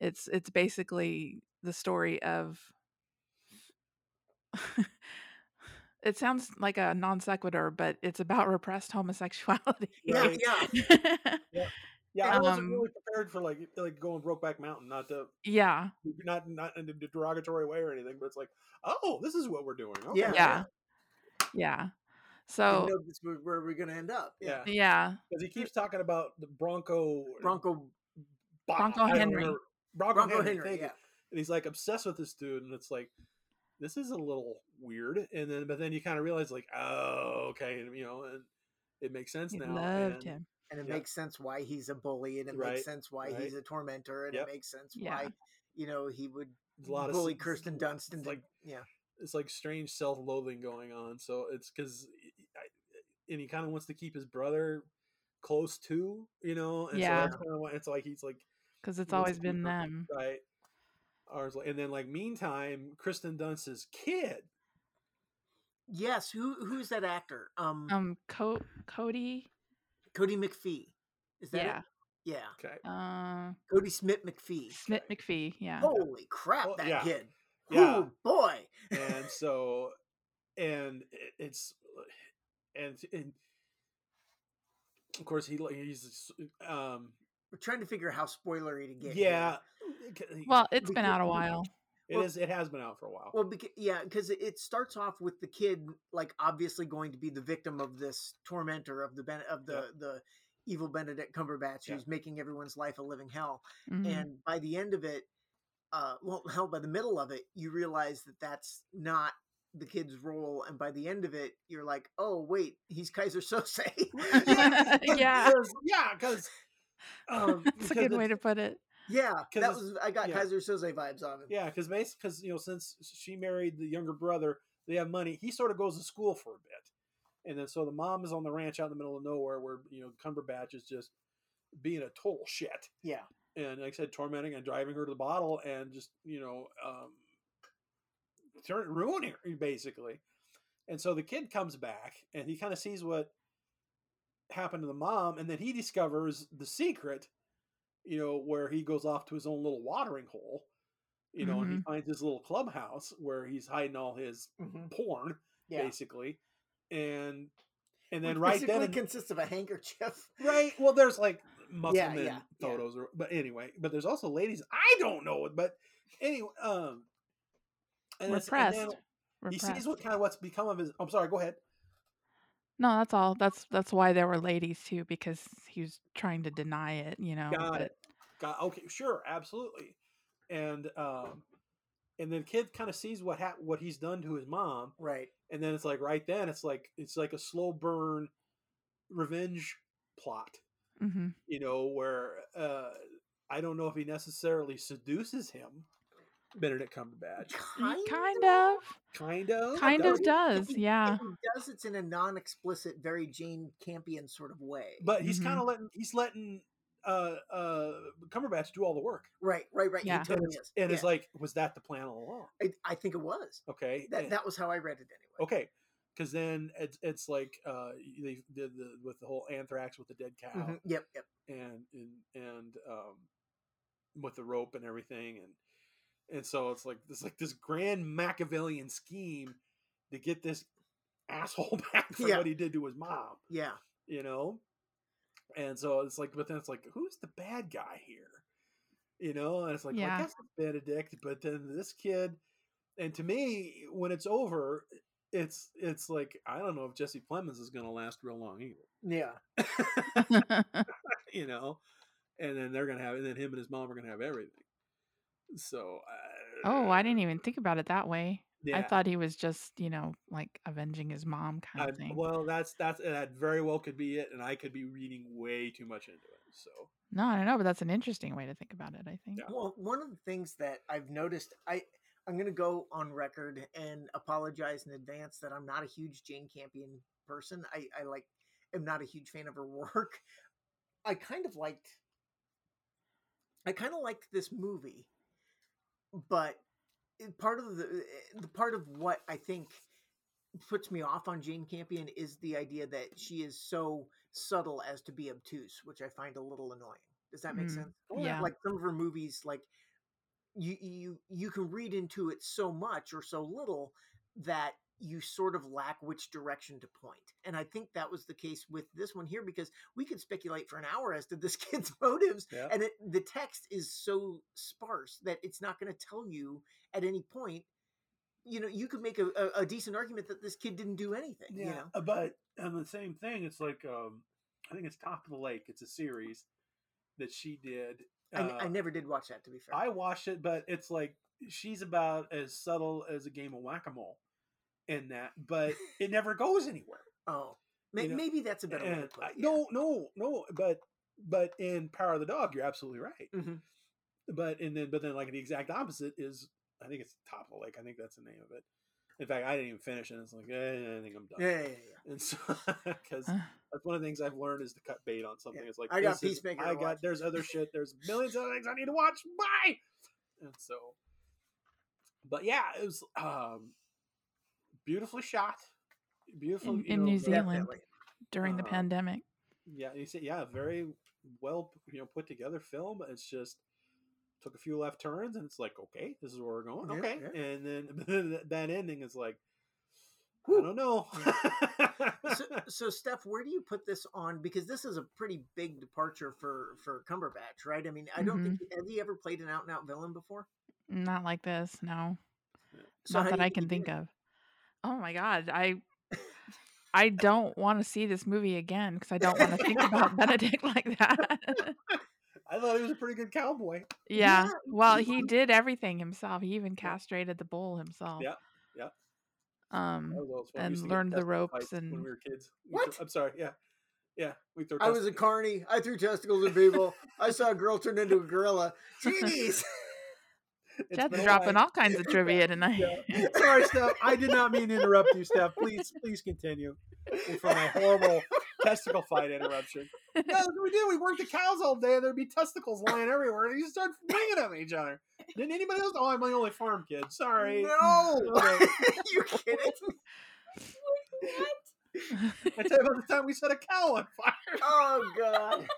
it's it's basically the story of. it sounds like a non sequitur, but it's about repressed homosexuality. yeah, Right. yeah. Yeah, I wasn't Um, really prepared for like like going Brokeback Mountain, not to yeah, not not in a derogatory way or anything, but it's like, oh, this is what we're doing. okay. Yeah. yeah, yeah. Didn't So know this was Oh. where we're going to end up. yeah, because yeah, he keeps talking about the Bronco Bronco Bob- Bronco I don't Henry. remember- Bronco, Bronco Henry, Henry. thank you. Yeah. and he's like obsessed with this dude, and it's like. This is a little weird, and then but then you kind of realize like, oh, okay, and, you know, and it makes sense he now. loved and- him. and it Yeah. makes sense why he's a bully and it Right, makes sense why he's right. a tormentor and Yep. it makes sense Yeah. why you know he would There's a lot of bully s- kirsten dunst and like- like yeah it's like strange self-loathing going on so it's because and he kind of wants to keep his brother close to you know and Yeah. so that's kind of why it's like he's like Because it's He wants always to be been perfect, them. right or it's like, and then like meantime kristen dunst's kid yes who who's that actor um, Um, Co- Cody. cody mcphee is that Yeah. it? yeah okay Uh, cody smith mcphee Smith Oh, McPhee. Yeah. holy crap Well, that yeah. kid Yeah. oh boy and so and it, it's and and of course he he's um We're trying to figure out how spoilery to get. here. yeah Well, it's We been could- out a while. it is it has been out for a while Well, because, yeah, because it starts off with the kid like obviously going to be the victim of this tormentor of the ben- of the Yeah. the evil Benedict Cumberbatch Yeah. Mm-hmm. who's making everyone's life a living hell. Mhm. And by the end of it, uh, well, hell, by the middle of it, you realize that that's not the kid's role. And by the end of it, you're like, oh wait, he's Kaiser Sose. yeah, Because- yeah because um that's a because good way it's- to put it. yeah, 'Cause that it's- was I got yeah. Kaiser Soze vibes on him. yeah because basically because you know since she married the younger brother they have money he sort of goes to school for a bit and then so the mom is on the ranch out in the middle of nowhere where you know cumberbatch is just being a total shit Yeah, and like I said, tormenting and driving her to the bottle, and just you know, um, turn ruining her basically. And so the kid comes back, and he kind of sees what happened to the mom, and then he discovers the secret. You know, where he goes off to his own little watering hole. You know, Mm-hmm. and he finds his little clubhouse where he's hiding all his Mhm. porn, yeah. basically, and and then Which right basically then and- consists of a handkerchief. Right. Well, there's like muscle Yeah, yeah, men yeah. photos, or but anyway, but there's also ladies. I don't know it, but anyway, um, and it's- and Repressed. then he Repressed. sees what kind of what's become of his. I'm sorry. Go ahead. No, that's all. That's that's why there were ladies too, because he was trying to deny it. You know. Got but- it. Got okay. Sure. Absolutely. And um, and then kid kind of sees what ha- what he's done to his mom, Right. and then it's like right then it's like it's like a slow burn, revenge plot. Mhm. you know, where uh, I don't know if he necessarily seduces him, Benedict Cumberbatch. He Kind of. Kind of. Kind does of he? does. It- Yeah. If he does it's in a non-explicit, very Jane Campion sort of way. But he's Mhm. kind of letting he's letting uh, uh, Cumberbatch do all the work, right, right, right. Yeah. He totally is. and yeah. it's like, was that the plan all along? I, I think it was. Okay. That and- that was how I read it anyway. okay. Because then it's it's like uh, they did the with the whole anthrax with the dead cow Mhm, Yep, yep. and and and um, with the rope and everything and and so it's like it's like this grand Machiavellian scheme to get this asshole back for Yeah. what he did to his mom, Yeah. you know. And so it's like, but then it's like, who's the bad guy here? You know, and it's like, well, I Yeah. guess it's Benedict, but then this kid. And to me, when it's over, it's it's like I don't know if Jesse Plemons is going to last real long either. Yeah. you know, and then they're going to have, and then him and his mom are going to have everything. So, uh, oh, I didn't even think about it that way. I yeah. thought he was just, you know, like avenging his mom kind I, of thing. well, that's that's that very well could be it, and I could be reading way too much into it. So no, I don't know, but that's an interesting way to think about it. I think. Yeah. Well, one of the things that I've noticed, I I'm gonna go on record and apologize in advance that I'm not a huge Jane Campion person. I I like am not a huge fan of her work. I kind of liked I kind of liked this movie, but it- part of the eh, the part of what I think puts me off on Jane Campion is the idea that she is so subtle as to be obtuse, which I find a little annoying. Does that make Mm. sense? Yeah. Oh, like some of her movies like you you you can read into it so much or so little that you sort of lack which direction to point and i think that was the case with this one here because we could speculate for an hour as to this kid's motives Yeah. and it, the text is so sparse that it's not going to tell you at any point you know you could make a, a, a decent argument that this kid didn't do anything you know Uh, But on the same thing, it's like um, I think it's Top of the Lake. It's a series that she did. Uh, I, I never did watch that to be fair I watched it, but it's like she's about as subtle as a game of whack a mole in that, but it never goes anywhere. oh may, you know, maybe that's a better way to And put I- it yeah. No, no, no. But but in Power of the Dog, you're absolutely right. Mhm. But and then but then like the exact opposite is I think it's Top of the Lake. I think that's the name of it. In fact, I didn't even finish it. It's like eh, I think I'm done. yeah, yeah, yeah, yeah. And so because that's one of the things I've learned is to cut bait on something. Yeah. It's like I got this is- Peacemaker to I got watch. there's other shit. There's millions of other things I need to watch. Bye. And so, but yeah, it was um, beautifully shot. Beautiful In- you in New the- Zealand. definitely During the Uh, pandemic. Yeah, you see, yeah, very well you know put together film. It's just took a few left turns, and it's like okay, this is where we're going. Yeah, okay, yeah. and then that ending is like I don't know. so, so Steph, where do you put this on? Because this is a pretty big departure for for Cumberbatch, right? I mean, I don't Mm-hmm. think has he ever played an out and out villain before. Not like this, no. So how Not do that you I can he think did? of. Oh my god, I I don't want to see this movie again because I don't want to think about Benedict like that. I thought he was a pretty good cowboy. yeah. Yeah, Well, he he was. did everything himself. He even castrated the bull himself. Yeah, yeah. Um That was always fun. We and used to get learned the testicle ropes fights when and- we were kids. We What? threw- I'm sorry. Yeah, yeah. We threw. I was a testicles. carny. I threw testicles at people. I saw a girl turn into a gorilla. Jeez. It's Jed's been a dropping while. all kinds of trivia tonight. Yeah. Sorry, Steph. I did not mean to interrupt you, Steph. Please, please continue for my horrible testicle fight interruption. No, that's what we did. We worked the cows all day, and there'd be testicles lying everywhere, and you start swinging at each other. Didn't anybody else? Oh, I'm the only farm kid. Sorry. No. Okay. you kidding? What? I tell you about the time we set a cow on fire. Oh god.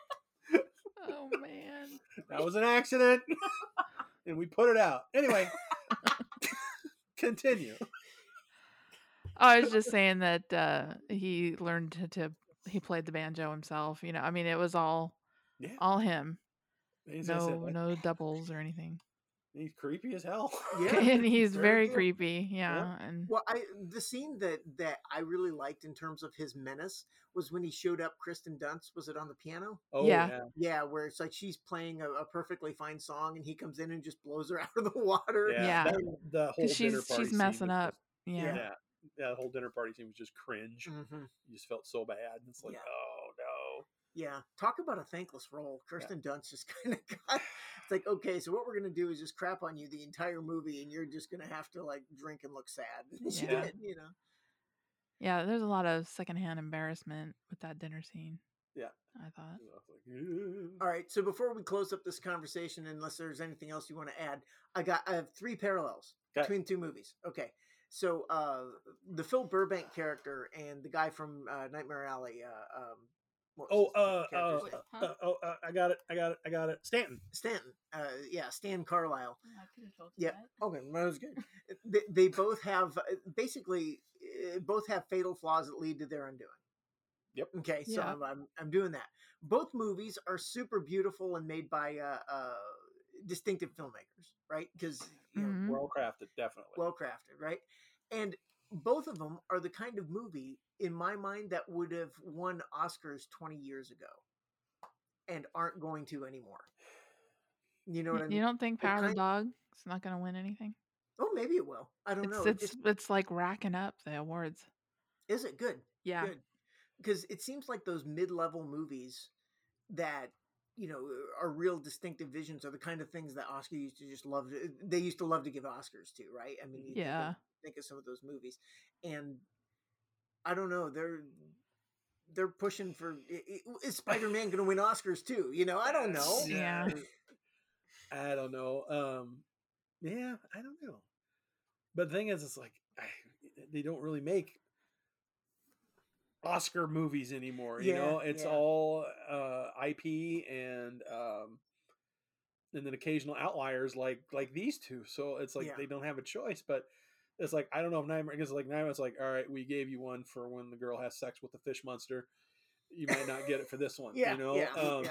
oh man. That was an accident, and we put it out. Anyway, continue. Oh, I was just saying that uh he learned to, to he played the banjo himself, you know. I mean, it was all Yeah. all him. He's, no I said, no doubles or anything. he's creepy as hell. Yeah. and he's very very good. creepy. Yeah, and Well, I the scene that that I really liked in terms of his menace was when he showed up. Kristen Dunst was it on the piano? Oh Yeah. Yeah, where it's like she's playing a, a perfectly fine song, and he comes in and just blows her out of the water. Yeah. that- the whole she's- dinner party she's scene messing was up. just- yeah. Mm-hmm. yeah. That whole dinner party scene was just cringe. hmm You just felt so bad. It's like, Yeah. oh Yeah, talk about a thankless role. Kirsten Dunst just kind of got. It's like, okay, so what we're gonna do is just crap on you the entire movie, and you're just gonna have to like drink and look sad. And she Yeah. did, you know. yeah, there's a lot of secondhand embarrassment with that dinner scene. Yeah. I thought. no. You know, it's like, All right, so before we close up this conversation, unless there's anything else you want to add, I got I have three parallels Okay. between two movies. Okay, so uh, the Phil Burbank character and the guy from uh, Nightmare Alley. Uh, um, what oh, was his uh, uh, character's name? Huh? uh, oh, uh, I got it. I got it. I got it. Stanton. Stanton. Uh, yeah, Stan Carlisle. I could have told you Yeah. that. Okay, that was good. They, they both have uh, basically uh, both have fatal flaws that lead to their undoing. Yep. Okay, so Yeah. I'm, I'm I'm doing that. Both movies are super beautiful and made by uh, uh, distinctive filmmakers, right? Because you know, Mhm. Well crafted, definitely. well crafted, right? And both of them are the kind of movie in my mind that would have won Oscars 20 years ago and aren't going to anymore. You know what I Y- You mean? don't think Power of the kind- Dog is not going to win anything? oh, maybe it will. I don't know. It's It it's just- it's like racking up the awards. is it good? Yeah. Good. Because it seems like those mid-level movies that you know are real distinctive visions are the kind of things that Oscar used to just love. To, they used to love to give Oscars to, right? I mean, you think of- Yeah. Think of some of those movies, and I don't know. They're they're pushing for i- i- is Spider-Man going to win Oscars too? You know, I don't know. Yeah. I don't know. Um, yeah, I don't know. But the thing is, it's like they don't really make Oscar movies anymore. You Yeah, know, it's yeah. all uh, IP and um, and then occasional outliers like like these two. So it's like Yeah. they don't have a choice. But it's like I don't know if Nightmare because like Nightmare's like all right, we gave you one for when the girl has sex with the fish monster. You might not get it for this one. Yeah, you know. yeah, um, yeah.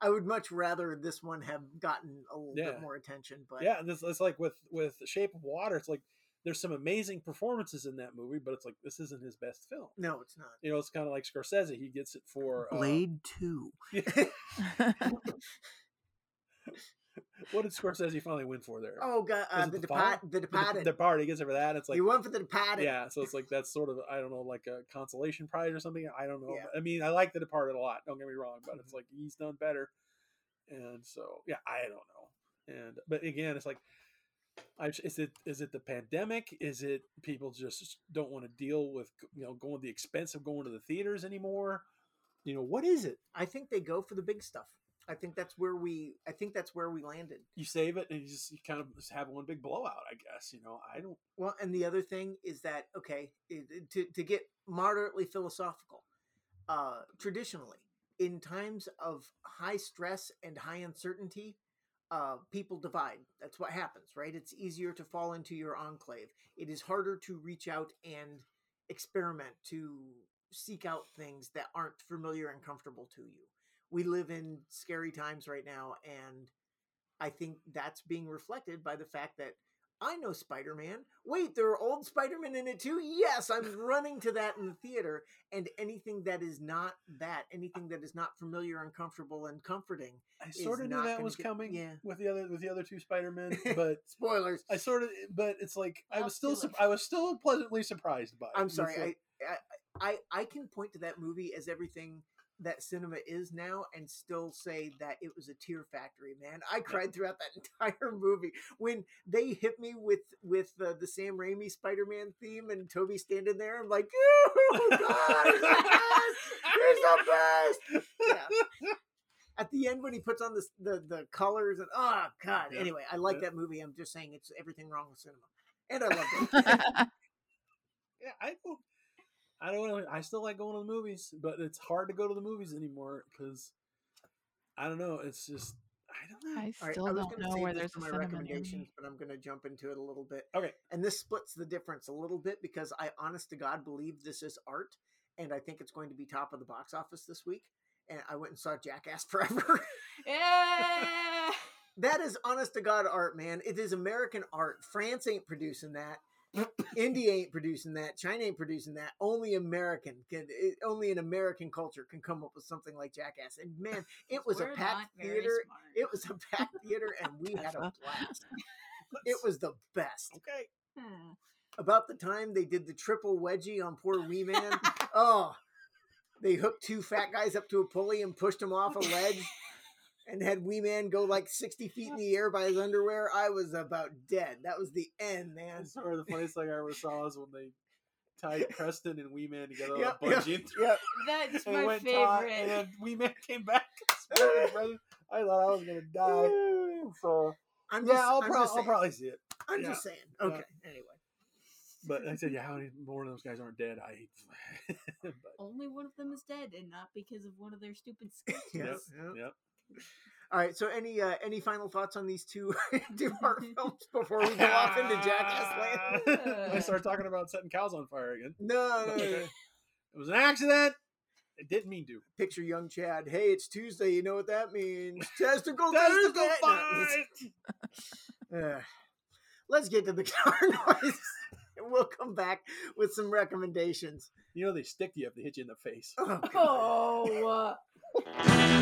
I would much rather this one have gotten a little Yeah. bit more attention, but yeah this it's like with with shape of water it's like there's some amazing performances in that movie but it's like this isn't his best film no, it's not. you know it's kind of like scorsese he gets it for uh, Blade Two. what did scorsese finally win for there Oh god, uh, Was it the, The Depart- Fall? the Departed. the party gets it for that it's like you won for the Departed. yeah so it's like that's sort of i don't know like a consolation prize or something i don't know Yeah. Mm-hmm. i mean i like the departed a lot don't get me wrong but it's like he's done better and so yeah i don't know and but again it's like I, is it is it the pandemic is it people just don't want to deal with you know going the expense of going to the theaters anymore you know what is it I think they go for the big stuff. I think that's where we. I think that's where we landed. you save it and you just you kind of just have one big blowout i guess you know i don't Well, and the other thing is that okay, i- i- to to get moderately philosophical, uh, traditionally in times of high stress and high uncertainty, uh, people divide. That's what happens, right? It's easier to fall into your enclave. It is harder to reach out and experiment to seek out things that aren't familiar and comfortable to you. We live in scary times right now, and I think that's being reflected by the fact that I know Spider Man. Wait, there are old Spider Man in it too? Yes, I'm running to that in the theater. And anything that is not that, anything that is not familiar and comfortable and comforting. I is sort of not knew that gonna was get- coming yeah. with the other with the other two Spider Men, but Spoilers. I sort of but it's like I Well, was still do sur- it. I was still pleasantly surprised by. It. I'm It's sorry. like, I, I I I can point to that movie as everything that cinema is now and still say that it was a tear factory man i cried throughout that entire movie when they hit me with with uh, the, the sam raimi spider-man theme and toby standing there i'm like oh god he's the best! He's "Ah!" the best Yeah. at the end when he puts on the the, the colors and oh god Yeah. anyway i like Yeah. that movie i'm just saying it's everything wrong with cinema and i loved it yeah, I don't. I don't. know. I still like going to the movies, but it's hard to go to the movies anymore because I don't know. It's just I don't know. I All right, still I was don't gonna know save where this there's for a my cinnamon in recommendations, me. but I'm going to jump into it a little bit. Okay. And this splits the difference a little bit because I, honest to God, believe this is art, and I think it's going to be top of the box office this week. And I went and saw Jackass Forever. Yeah. that is honest to God art, man. It is American art. France ain't producing that. India ain't producing that. China ain't producing that. Only American can. It, only an American culture can come up with something like Jackass. And man, it was a We're packed not very theater. smart. It was a packed theater, and we had a Tesla. blast it was the best. okay. Hmm. About the time they did the triple wedgie on poor Wee Man, oh, they hooked two fat guys up to a pulley and pushed them off a ledge, and had Wee Man go like sixty feet in the air by his underwear. I was about dead. That was the end, man. That's sort of the funniest thing I ever saw is when they tied Preston and Wee Man together Yep, on a yep, bungee and yep. That's and it my went taut, favorite. and then Wee Man came back. and split with Preston. I thought I was gonna die. So I'm yeah, just, I'll, I'm prob- just I'll saying. probably see it. I'm yeah, just saying. yeah. Okay. Anyway, But I said, yeah, how many more of those guys aren't dead? I. but, Only one of them is dead, and not because of one of their stupid skills. yep, Yes, yeah. yep. all right. So, any uh, any final thoughts on these two two art films before we go off into Jackass Land? land. I start talking about setting cows on fire again. No, no, no, no. it was an accident. It didn't mean to. picture young Chad. Hey, it's Tuesday. You know what that means? Testicle, Testicle Tuesday. No, fight! it's- Ugh. let's get to the car noise. and we'll come back with some recommendations. You know they stick to you if they hit you in the face. Oh, God. Oh, uh,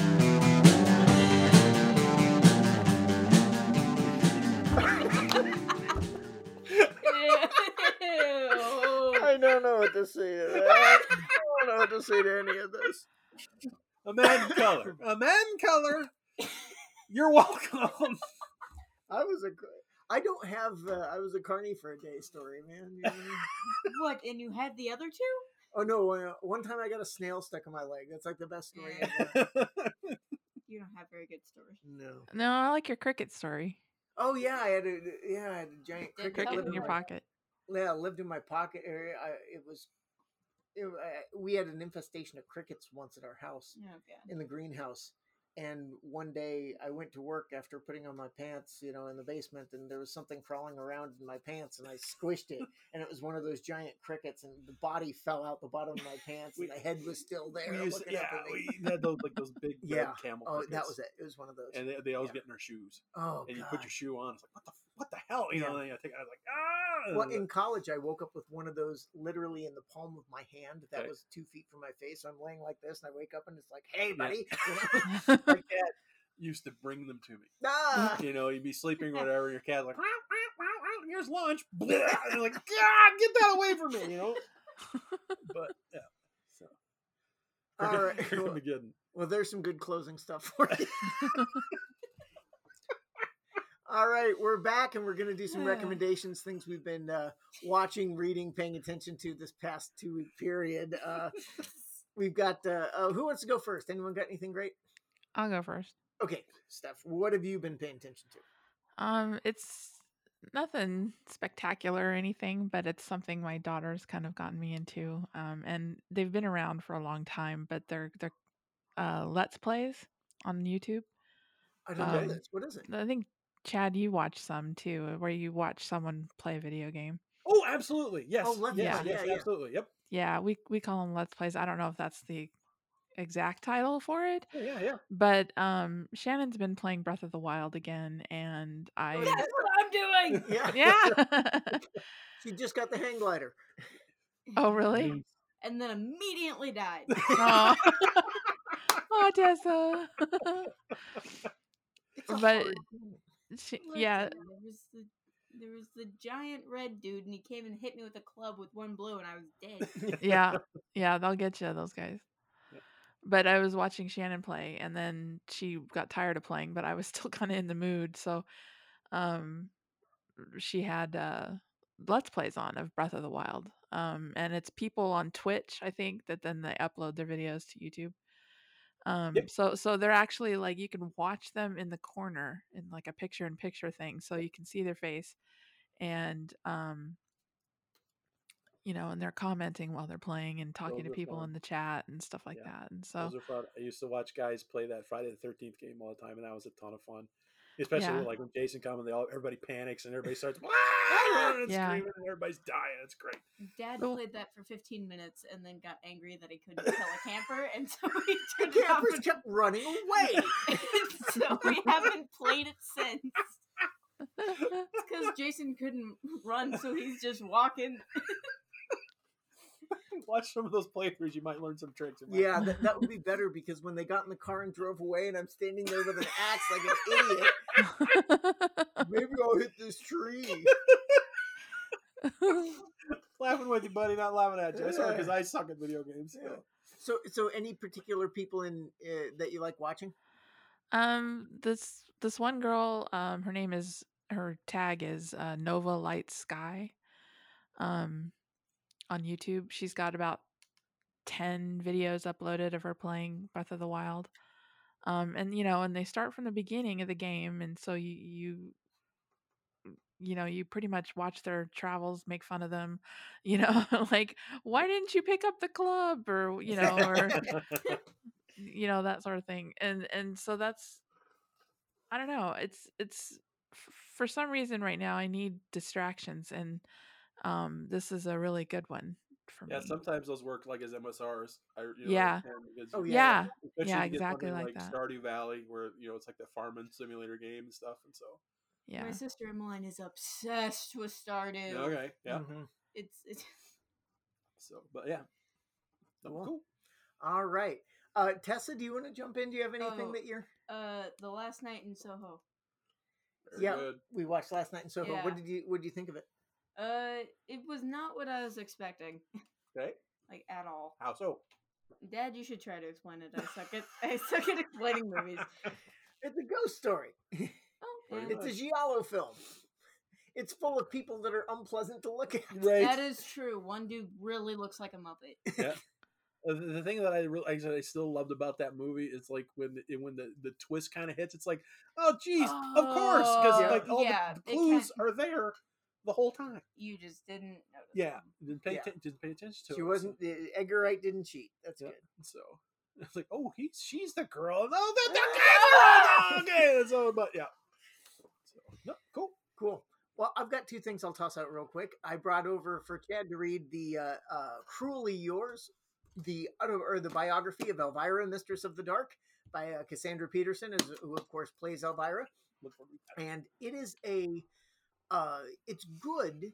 Oh, ew. I don't know what to say to that. I don't know what to say to any of this. A man color. A man color. You're welcome. I was a. gr- I don't have. Uh, I was a carny for a day story, man. You know what I mean? What? And you had the other two? Oh no! uh, One time I got a snail stuck in my leg. That's like the best story. ever. You don't have very good stories. No. No, I like your cricket story. Oh yeah, I had a yeah, I had a giant Didn't cricket tell Cricket living in your me. pocket. pocket. yeah, lived in my pocket area. I, it was, it, wa- I, we had an infestation of crickets once at our house Oh, God. in the greenhouse. And one day I went to work after putting on my pants, you know, in the basement, and there was something crawling around in my pants, and I squished it, and it was one of those giant crickets, and the body fell out the bottom of my pants, and We- the head was still there. we used, looking yeah, up at me. we had those like those big red Yeah. camel. oh, that crickets. was it. It was one of those. And they, they always Yeah. get in our shoes, oh, and you God. put your shoe on. It's like what the what the hell? You know. Yeah. And then I think I was like ah. Well, in college, I woke up with one of those literally in the palm of my hand that Okay. was two feet from my face. So I'm laying like this, and I wake up and it's like, "Hey, buddy!" you know? my cat used to bring them to me. Ah! You know, you'd be sleeping or whatever, and your cat like, "Meow, meow, meow, meow, here's lunch. And you're like, God, get that away from me, you know? But yeah. So All right. Cricket Well, McGinn. well, there's some good closing stuff for you. All right, we're back and we're going to do some Yeah. recommendations, things we've been uh, watching, reading, paying attention to this past two week period. Uh, we've got, uh, uh, who wants to go first? Anyone got anything great? I'll go first. Okay, Steph, what have you been paying attention to? Um, it's nothing spectacular or anything, but it's something my daughter's kind of gotten me into. Um, and they've been around for a long time, but they're they're uh, let's plays on YouTube. I don't Um, know this. What is it? I think Chad, you watch some too, where you watch someone play a video game. Oh, absolutely. Yes. Oh, left yes, hand, yes, yeah, yeah. absolutely. Yep. Yeah, we we call them let's plays. I don't know if that's the exact title for it, Yeah, yeah, yeah. but um, Shannon's been playing Breath of the Wild again, and I That's what I'm doing. Yeah, yeah. she just got the hang glider. oh really? And then immediately died. Oh, oh Tessa. It's a But- hard Oh game. She- Look, yeah, There was the there was the giant red dude, and he came and hit me with a club with one blow, and I was dead. yeah, yeah. They'll get you, those guys. Yep. But I was watching Shannon play, and then she got tired of playing, but I was still kind of in the mood. So, um, she had uh, let's plays on of Breath of the Wild, um, and it's people on Twitch, I think, that then they upload their videos to YouTube. Um, Yep. so so they're actually like you can watch them in the corner in like a picture in picture thing, so you can see their face, and um, you know, and they're commenting while they're playing and talking Those to are people fun. in the chat and stuff like Yeah. that. And so Those are fun. I used to watch guys play that Friday the 13th game all the time, and that was a ton of fun. Especially Yeah. like when Jason comes, they all everybody panics and everybody starts running and Yeah. screaming and everybody's dying. It's great. Dad Oh. played that for 15 minutes and then got angry that he couldn't kill a camper, and so he The turned it off. campers kept running away. so we haven't played it since. Because Jason couldn't run, so he's just walking. Watch some of those playthroughs. You might learn some tricks. It might- Yeah, that, that would be better because when they got in the car and drove away, and I'm standing there with an axe like an idiot. Maybe I'll hit this tree. laughing with you, buddy, not laughing at you. I saw because I suck at video games. Yeah. So, so any particular people in uh, that you like watching? um, this this one girl, um, her name is her tag is uh, Nova Light Sky, um, on YouTube. She's got about ten videos uploaded of her playing Breath of the Wild. Um, and you know, and they start from the beginning of the game, and so you you mm, you know you pretty much watch their travels, make fun of them, you know, like why didn't you pick up the club or you know or you know that sort of thing and and so that's i don't know it's it's f- for some reason right now i need distractions and um this is a really good one for Yeah, me sometimes those work like as MSRs. I, you know, Yeah. and because Oh, you- yeah especially yeah, if you get something exactly like that. Stardew Valley, where you know it's like the farming simulator game and stuff, and so yeah My sister Emmeline is obsessed with Stardew. okay, yeah. Mhm. It's, it's So, but yeah, That was Cool. cool. All right, uh, Tessa, do you want to jump in? Do you have anything Oh. that you're uh the last night in Soho. Very Yeah. good. we watched last night in Soho? Yeah. What did you What did you think of it? Uh, it was not what I was expecting, Okay. like at all. How so? Dad, you should try to explain it. I suck at I suck at explaining movies. It's a ghost story. Oh, Pretty yeah. It's a giallo film. It's full of people that are unpleasant to look at. Right. that is true. One dude really looks like a muppet. Uh, the the thing that I really, actually, I still loved about that movie is like when the, when the, the twist kind of hits, it's like, oh, geez, of course, because Oh, like all yeah, the it clues can't- are there the whole time. You just didn't notice. Um, Yeah, them. didn't pay, Yeah. atten- didn't pay attention to. She it, so- wasn't uh, Edgar Wright didn't cheat. That's Yeah. good. So it's like, oh, he's she's the girl. No, the, the guy. Okay, that's all. But yeah, so, no, cool. Cool. Well, I've got two things I'll toss out real quick. I brought over for Chad to read the uh, uh, "Cruelly Yours," the auto- or the biography of Elvira, Mistress of the Dark, by uh, Cassandra Peterson, is, who of course plays Elvira, Look forward to that. and it is a uh, it's good.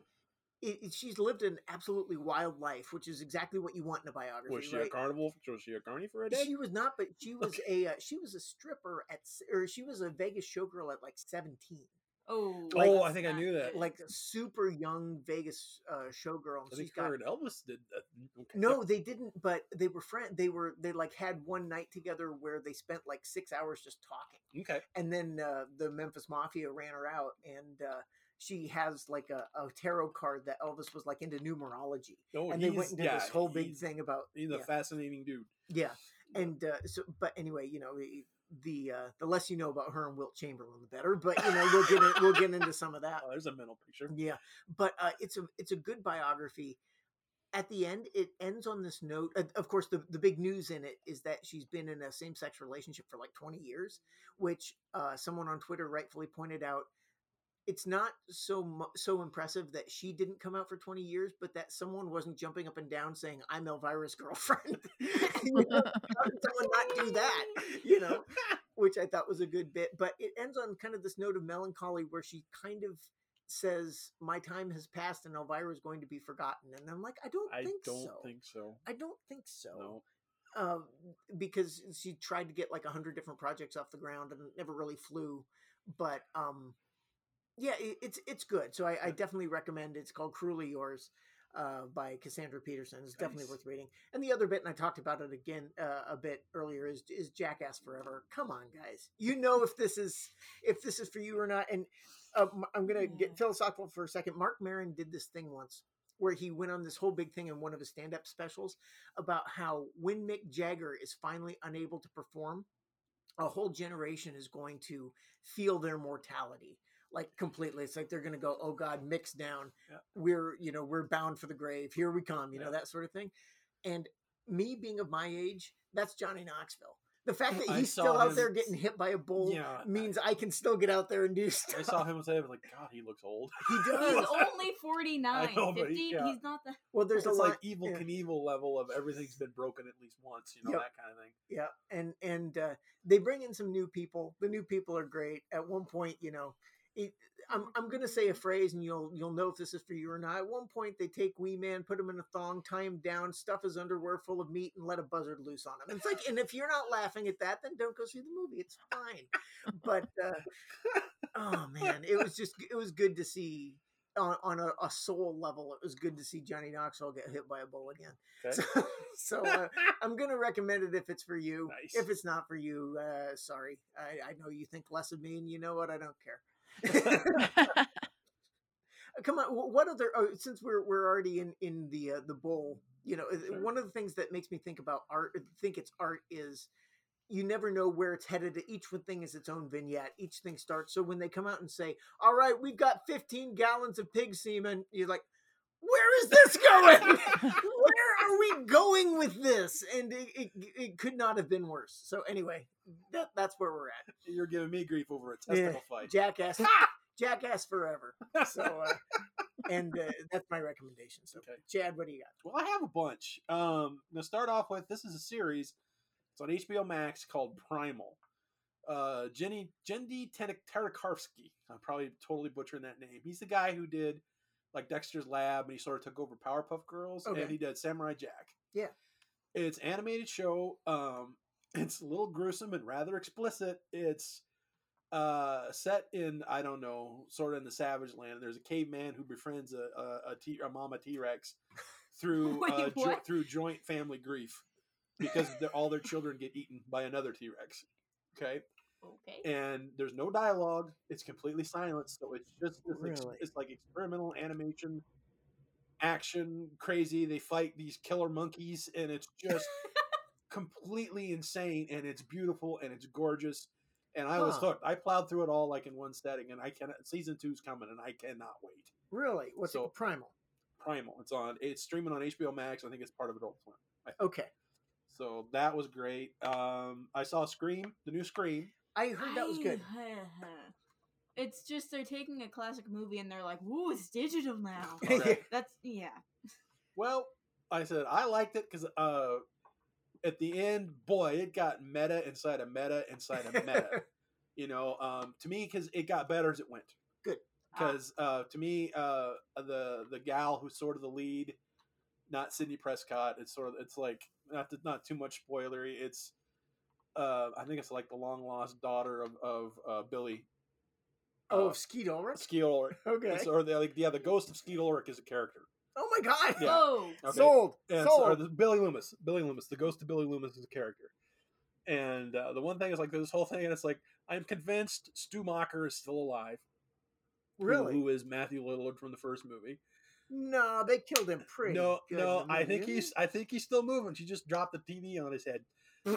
It, it- she's lived an absolutely wild life, which is exactly what you want in a biography. Was she a right? carnival? Was she a carny for a day? She was not, but she was a uh, she was a stripper at s- or she was a Vegas showgirl at like seventeen. Oh, Like- oh, I think I knew that. like a super young Vegas uh, showgirl. And I she's think got her and Elvis did that. Mm, Okay. no, they didn't. But they were friend. They were they like had one night together where they spent like six hours just talking, Okay. and then uh, the Memphis Mafia ran her out, and uh, she has like a, a tarot card that Elvis was like into numerology, No, and they went he's- into yeah, this whole big he's- thing about He's yeah, a fascinating dude. yeah. and uh, so but anyway, you know the- the uh, the less you know about her and Wilt Chamberlain, the better. But you know we'll get in, we'll get into some of that. Oh, there's a mental picture. Yeah, but uh, it's a it's a good biography. At the end, it ends on this note. uh, Of course, the, the big news in it is that she's been in a same sex relationship for like 20 years, which uh, someone on Twitter rightfully pointed out. It's not so mu- so impressive that she didn't come out for 20 years, but that someone wasn't jumping up and down saying, "I'm Elvira's girlfriend." You know, how did someone not do that? You know, which I thought was a good bit. But it ends on kind of this note of melancholy where she kind of says, "My time has passed, and Elvira is going to be forgotten." And I'm like, I don't I think don't so. think so. I don't think so. No. Um, because she tried to get like a hundred different projects off the ground and never really flew. But um, yeah, it, it's it's good. So I, I definitely recommend. It. It's called "Cruelly Yours." Uh, by Cassandra Peterson It's definitely Nice. worth reading. And the other bit, and I talked about it again uh, a bit earlier, is is Jackass Forever. Come on, guys, you know if this is if this is for you or not. And uh, m- I'm gonna Yeah. get philosophical for a second. Mark Maron did this thing once where he went on this whole big thing in one of his stand-up specials about how when Mick Jagger is finally unable to perform, a whole generation is going to feel their mortality like completely. It's like they're going to go, "Oh God, Mick's down. Yeah. We're you know we're bound for the grave. Here we come." You know Yeah. that sort of thing. And me being of my age, that's Johnny Knoxville. The fact that I he's saw still out him- there getting hit by a bull Yeah, I- means I can still get out there and do I stuff. saw him today. I was like, God, he looks old. He he's does. only 49. I know, but 50, he- yeah. he's not the. Well, there's There's a it's lot. like evil yeah. Knievel level of everything's been broken at least once, you know, Yep. that kind of thing. Yeah, and and uh, they bring in some new people. The new people are great. At one point, you know, it, I'm I'm gonna say a phrase, and you'll you'll know if this is for you or not. At one point, they take Wee Man, put him in a thong, tie him down, stuff his underwear full of meat, and let a buzzard loose on him. It's like, and if you're not laughing at that, then don't go see the movie. It's fine. But uh, oh man, it was just it was good to see. On, on a, a soul level, it was good to see Johnny Knoxville get hit by a bull again. Okay. So, so uh, I'm gonna recommend it if it's for you. Nice. If it's not for you, uh, sorry. I, I know you think less of me, and you know what? I don't care. Uh, Come on. wh- What other? Oh, since we're we're already in in the uh, the bowl, you know, uh, Sure. one of the things that makes me think about art, uh, think it's art, is you never know where it's headed. Each one thing is its own vignette. Each thing starts. So when they come out and say, "All right, we've got 15 gallons of pig semen," you're like. Where is this going? where are we going with this? And it, it, it could not have been worse. So anyway, that, that's where we're at. You're giving me grief over a Yeah. testicle fight. Jackass, jackass forever. So, uh, and uh, that's my recommendation. So, Okay. Chad, what do you got? Well, I have a bunch. Um, to start off with, this is a series. It's on HBO Max called Primal. Uh, Jenny Jendi Tenek- Tarakarski. I'm probably totally butchering that name. He's the guy who did like Dexter's Lab, and he sort of took over Powerpuff Girls, Okay. and he did Samurai Jack. Yeah. it's animated show. Um, it's a little gruesome and rather explicit. It's uh set in i don't know sort of in the savage land there's a caveman who befriends a a, a, t- a mama t-rex through Wait, uh, jo- what? through joint family grief because their- all their children get eaten by another t-rex okay Okay. and there's no dialogue it's completely silent so it's just this ex- Really? it's like experimental animation action crazy they fight these killer monkeys and it's just completely insane and it's beautiful and it's gorgeous and i was Huh. hooked i plowed through it all like in one setting and i cannot season two's coming and i cannot wait Really? What's So- it? Primal. primal it's on it's streaming on hbo max i think it's part of adult swim Okay. so that was great um i saw scream the new scream I heard that was good. I- It's just they're taking a classic movie and they're like, "Ooh, it's digital now." Okay. That's yeah. Well, I said I liked it because uh, at the end, boy, it got meta inside of meta inside of meta. you know, um, to me, because it got better as it went. Good. Ah. Because uh, to me, uh, the the gal who's sort of the lead, not Sydney Prescott. It's sort of it's like not to, not too much spoilery. It's uh, I think it's like the long lost daughter of of uh, Billy Oh, uh, Skeet Ulrich. Skeet Ulrich. Okay. It's- Or the, like, yeah, the ghost of Skeet Ulrich is a character. Oh my God. Yeah. Uh, Oh, Okay. Sold. And it's- or Sold. the, Billy Loomis. Billy Loomis. The ghost of Billy Loomis is a character. And uh, the one thing is like this whole thing, and it's like I'm convinced Stu Mocker is still alive. who- really? Who is Matthew Lillard from the first movie? No, they killed him pretty. no, good no, in the I movie, think didn't he's I think he's still moving. She just dropped the TV on his head.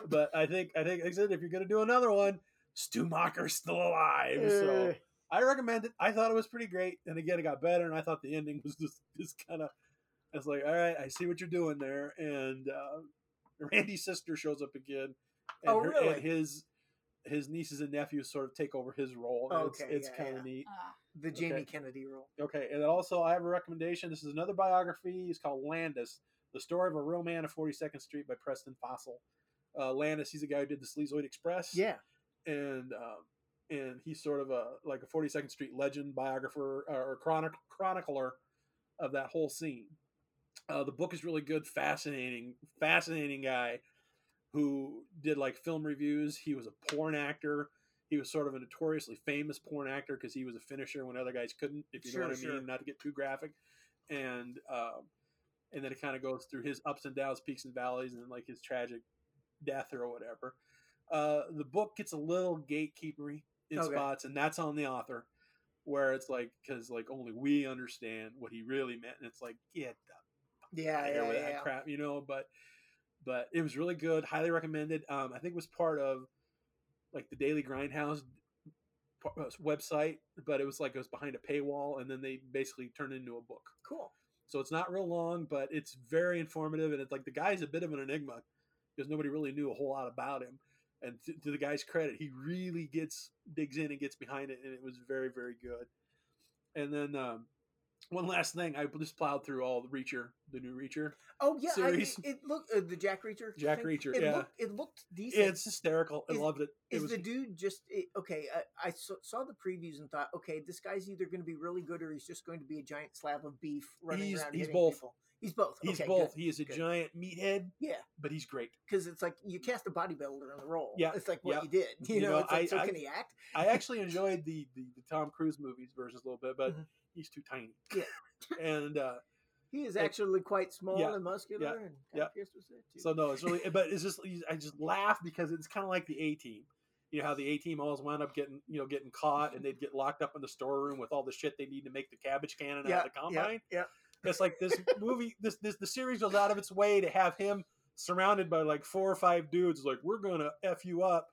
but I think I think like I said if you're gonna do another one, Stu Mocker's still they? alive. So Uh, I recommend it. I thought it was pretty great, and again, it got better. And I thought the ending was just just kind of. I was like, all right, I see what you're doing there. And uh, Randy's sister shows up again, and, Oh, her- really? and his his nieces and nephews sort of take over his role. and it's, Okay, it's yeah, kind yeah. of neat. ah, the Jamie okay. Kennedy role. Okay, and then also I have a recommendation. This is another biography. It's called Landis: The Story of a Real Man of 42nd Street by Preston Fossil. Uh, Landis, he's a guy who did the Sleazoid Express Yeah. and um, and he's sort of a like a 42nd Street legend biographer uh, or chronic, chronicler of that whole scene. Uh, the book is really good, fascinating, fascinating guy who did like film reviews. He was a porn actor. He was sort of a notoriously famous porn actor because he was a finisher when other guys couldn't. If you Sure, know what I sure. mean, not to get too graphic, and um, and then it kind of goes through his ups and downs, peaks and valleys, and like his tragic death or whatever. Uh, the book gets a little gatekeepery in Okay. spots, and that's on the author, where it's like because like only we understand what he really meant, and it's like get the Yeah. out of Yeah. here with yeah, that crap, you know. But but it was really good, highly recommended. Um, I think it was part of like the Daily Grindhouse par- uh, website, but it was like it was behind a paywall, and then they basically turned it into a book. Cool. So it's not real long, but it's very informative. And it's like the guy's a bit of an enigma because nobody really knew a whole lot about him. And to, to the guy's credit, he really gets digs in and gets behind it, and it was very very good. And then um, one last thing, I just plowed through all the Reacher, the new Reacher. Oh yeah. I, Series. it looked uh, the Jack Reacher. Jack thing? Reacher, It yeah. Looked, it looked decent. It's hysterical. I Is- loved it. It is was the dude just i okay? uh, I, I saw, saw the previews and thought, okay, this guy's either going to be really good or he's just going to be a giant slab of beef running He's- around. he's hitting both. people. He's both. he's okay, both. good. He is a good. giant meathead, Yeah, but he's great. because it's like you cast a bodybuilder on the role. Yeah, it's like what yeah. you did. You, You know, know, it's like, I- so I- can he act? I actually enjoyed the, the the Tom Cruise movies versions a little bit, but Mhm. he's too tiny. Yeah. and uh, He is It- actually quite small yeah, and muscular. yeah, and yeah. Tom Cruise was that too. So no, it's really, but it's just I just laugh because it's kind of like the A team. You know how the A team always wound up getting you know getting caught and they'd get locked up in the storeroom with all the shit they need to make the cabbage cannon out of the combine. yeah. It's like this movie, this this the series goes out of its way to have him surrounded by like four or five dudes. Like we're gonna f you up.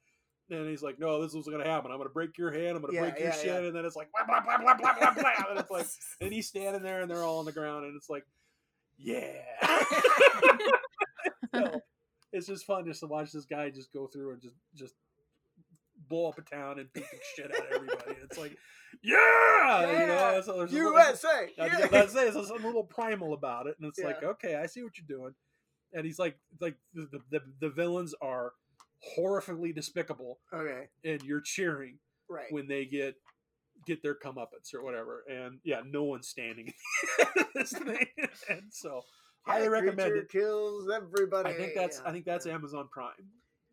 And he's like, "No, this is what's gonna happen. I'm gonna break your hand. I'm gonna Yeah, break your yeah, shit." yeah. And then it's like, blah, blah, blah, blah, blah, blah, blah. And it's like, and he's standing there, and they're all on the ground, and it's like, yeah. So, it's just fun just to watch this guy just go through and just just blow up a town and beat the shit out of everybody. It's like, yeah, you know. Yeah, So there's a little- USA. I yeah. think that's it. So It's a little primal about it, and it's Yeah. like, okay, I see what you're doing. And he's like, like the the, the villains are horrifically despicable, Okay, and you're cheering right. when they get get their comeuppance or whatever. And yeah, no one's standing this thing. And so, highly Jack recommend Reacher it. Kills everybody. I think that's yeah. I think that's Yeah. Amazon Prime. I-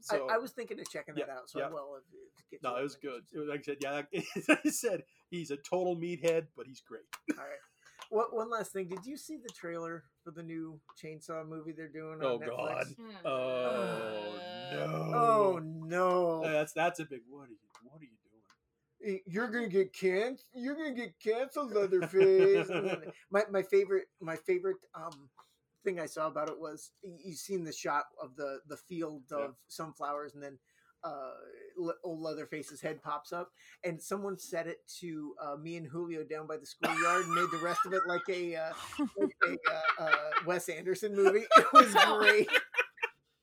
So I, was thinking of checking yeah, that out. So yeah. I will. If, if get no, to it that was when good. it's- It was- like I said, yeah, like I said he's a total meathead, but he's great. All right. What one last thing? Did you see the trailer for the new Chainsaw movie they're doing? Oh, on Netflix? God. yeah. Oh no! Uh, Oh no! that's that's a big. What are you? What are you doing? Y- You're gonna get can You're gonna get canceled, Leatherface. And then- my my favorite my favorite um thing I saw about it was y- you've seen the shot of the the field Yeah. of sunflowers, and then uh Le- old Leatherface's head pops up, and someone said it to uh, me and Julio down by the schoolyard, and made the rest of it like a uh, like a uh, uh, Wes Anderson movie. It was Oh great.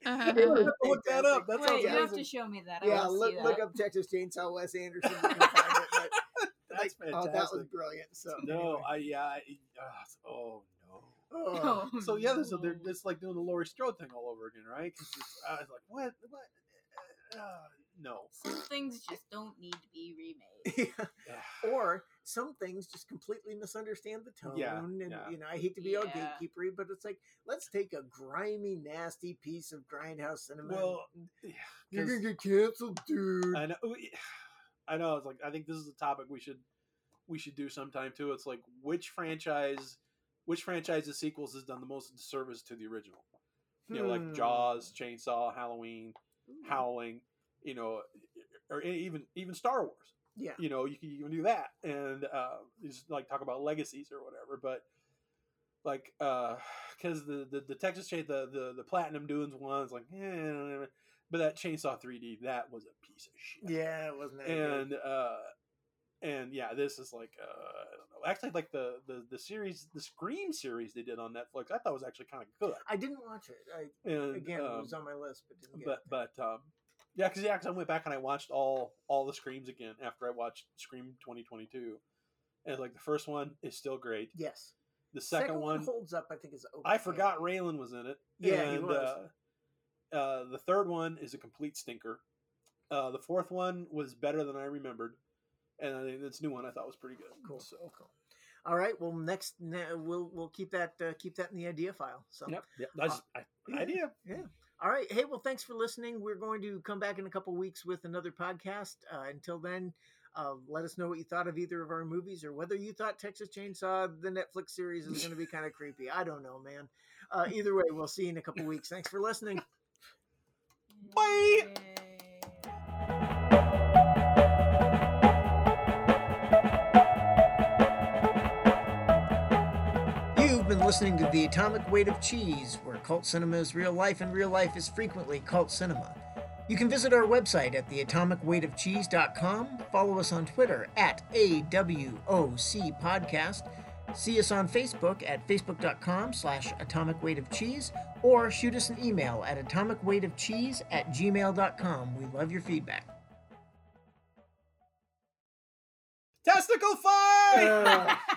Uh, Look that up. That sounds Wait, you have amazing. to show me that. I yeah, wanna look, see look that. up Texas Chainsaw Wes Anderson. You can find it, but, That's like, Oh, that was fantastic. brilliant. So No, I yeah. I, ah, oh no. oh, Oh, Hmm. So yeah, so they're no. just like doing the Laurie Strode thing all over again, right? 'Cause it's- I was like, what? What? Uh, no. Some things just don't need to be remade. yeah. Ah. or some things just completely misunderstand the tone. Yeah, and yeah. you know, I hate to be all Yeah. gatekeepery, but it's like let's take a grimy, nasty piece of grindhouse cinema. Well, and- yeah, you're 'cause- gonna get canceled, dude. I know. we- I know. It's like I think this is a topic we should we should do sometime too. It's like which franchise which franchise's sequels has done the most service to the original? You know, Hmm. like Jaws, Chainsaw, Halloween, Ooh. Howling. You know, or e, even even Star Wars Yeah. you know you can even do that and uh just like talk about legacies or whatever but like uh because the, the the texas chain the the, the platinum doings one's like eh, but that chainsaw 3d that was a piece of shit Yeah, it wasn't that good. and uh and yeah this is like uh i don't know actually like the the, the series the scream series they did on netflix i thought was actually kind of good I didn't watch it. I, and again, it um, was on my list, but didn't get but it. but um yeah because yeah, 'cause i went back and i watched all all the screams again after i watched scream 2022 and like the first one is still great yes, the second, one holds up. I think is. i forgot okay. raylan was in it Yeah, he and, was. uh, uh the third one is a complete stinker uh the fourth one was better than i remembered and I think this new one i thought was pretty good Cool. so Cool. All right. Well, next na- we'll we'll keep that uh, keep that in the idea file. So. yep, yep that's I, Uh, yeah. idea All right. Hey, well, thanks for listening. We're going to come back in a couple weeks with another podcast. Uh, until then, uh, let us know what you thought of either of our movies or whether you thought Texas Chainsaw, the Netflix series, is going to be kind of creepy. I don't know, man. Uh, either way, we'll see you in a couple weeks. Thanks for listening. Bye. Yay. You've been listening to The Atomic Weight of Cheese, where cult cinema is real life and real life is frequently cult cinema. You can visit our website at theatomicweightofcheese.com, follow us on Twitter at AWOC Podcast, see us on Facebook at facebook.com slash atomic weight of cheese, or shoot us an email at atomicweightofcheese at gmail.com. We love your feedback. testicle fight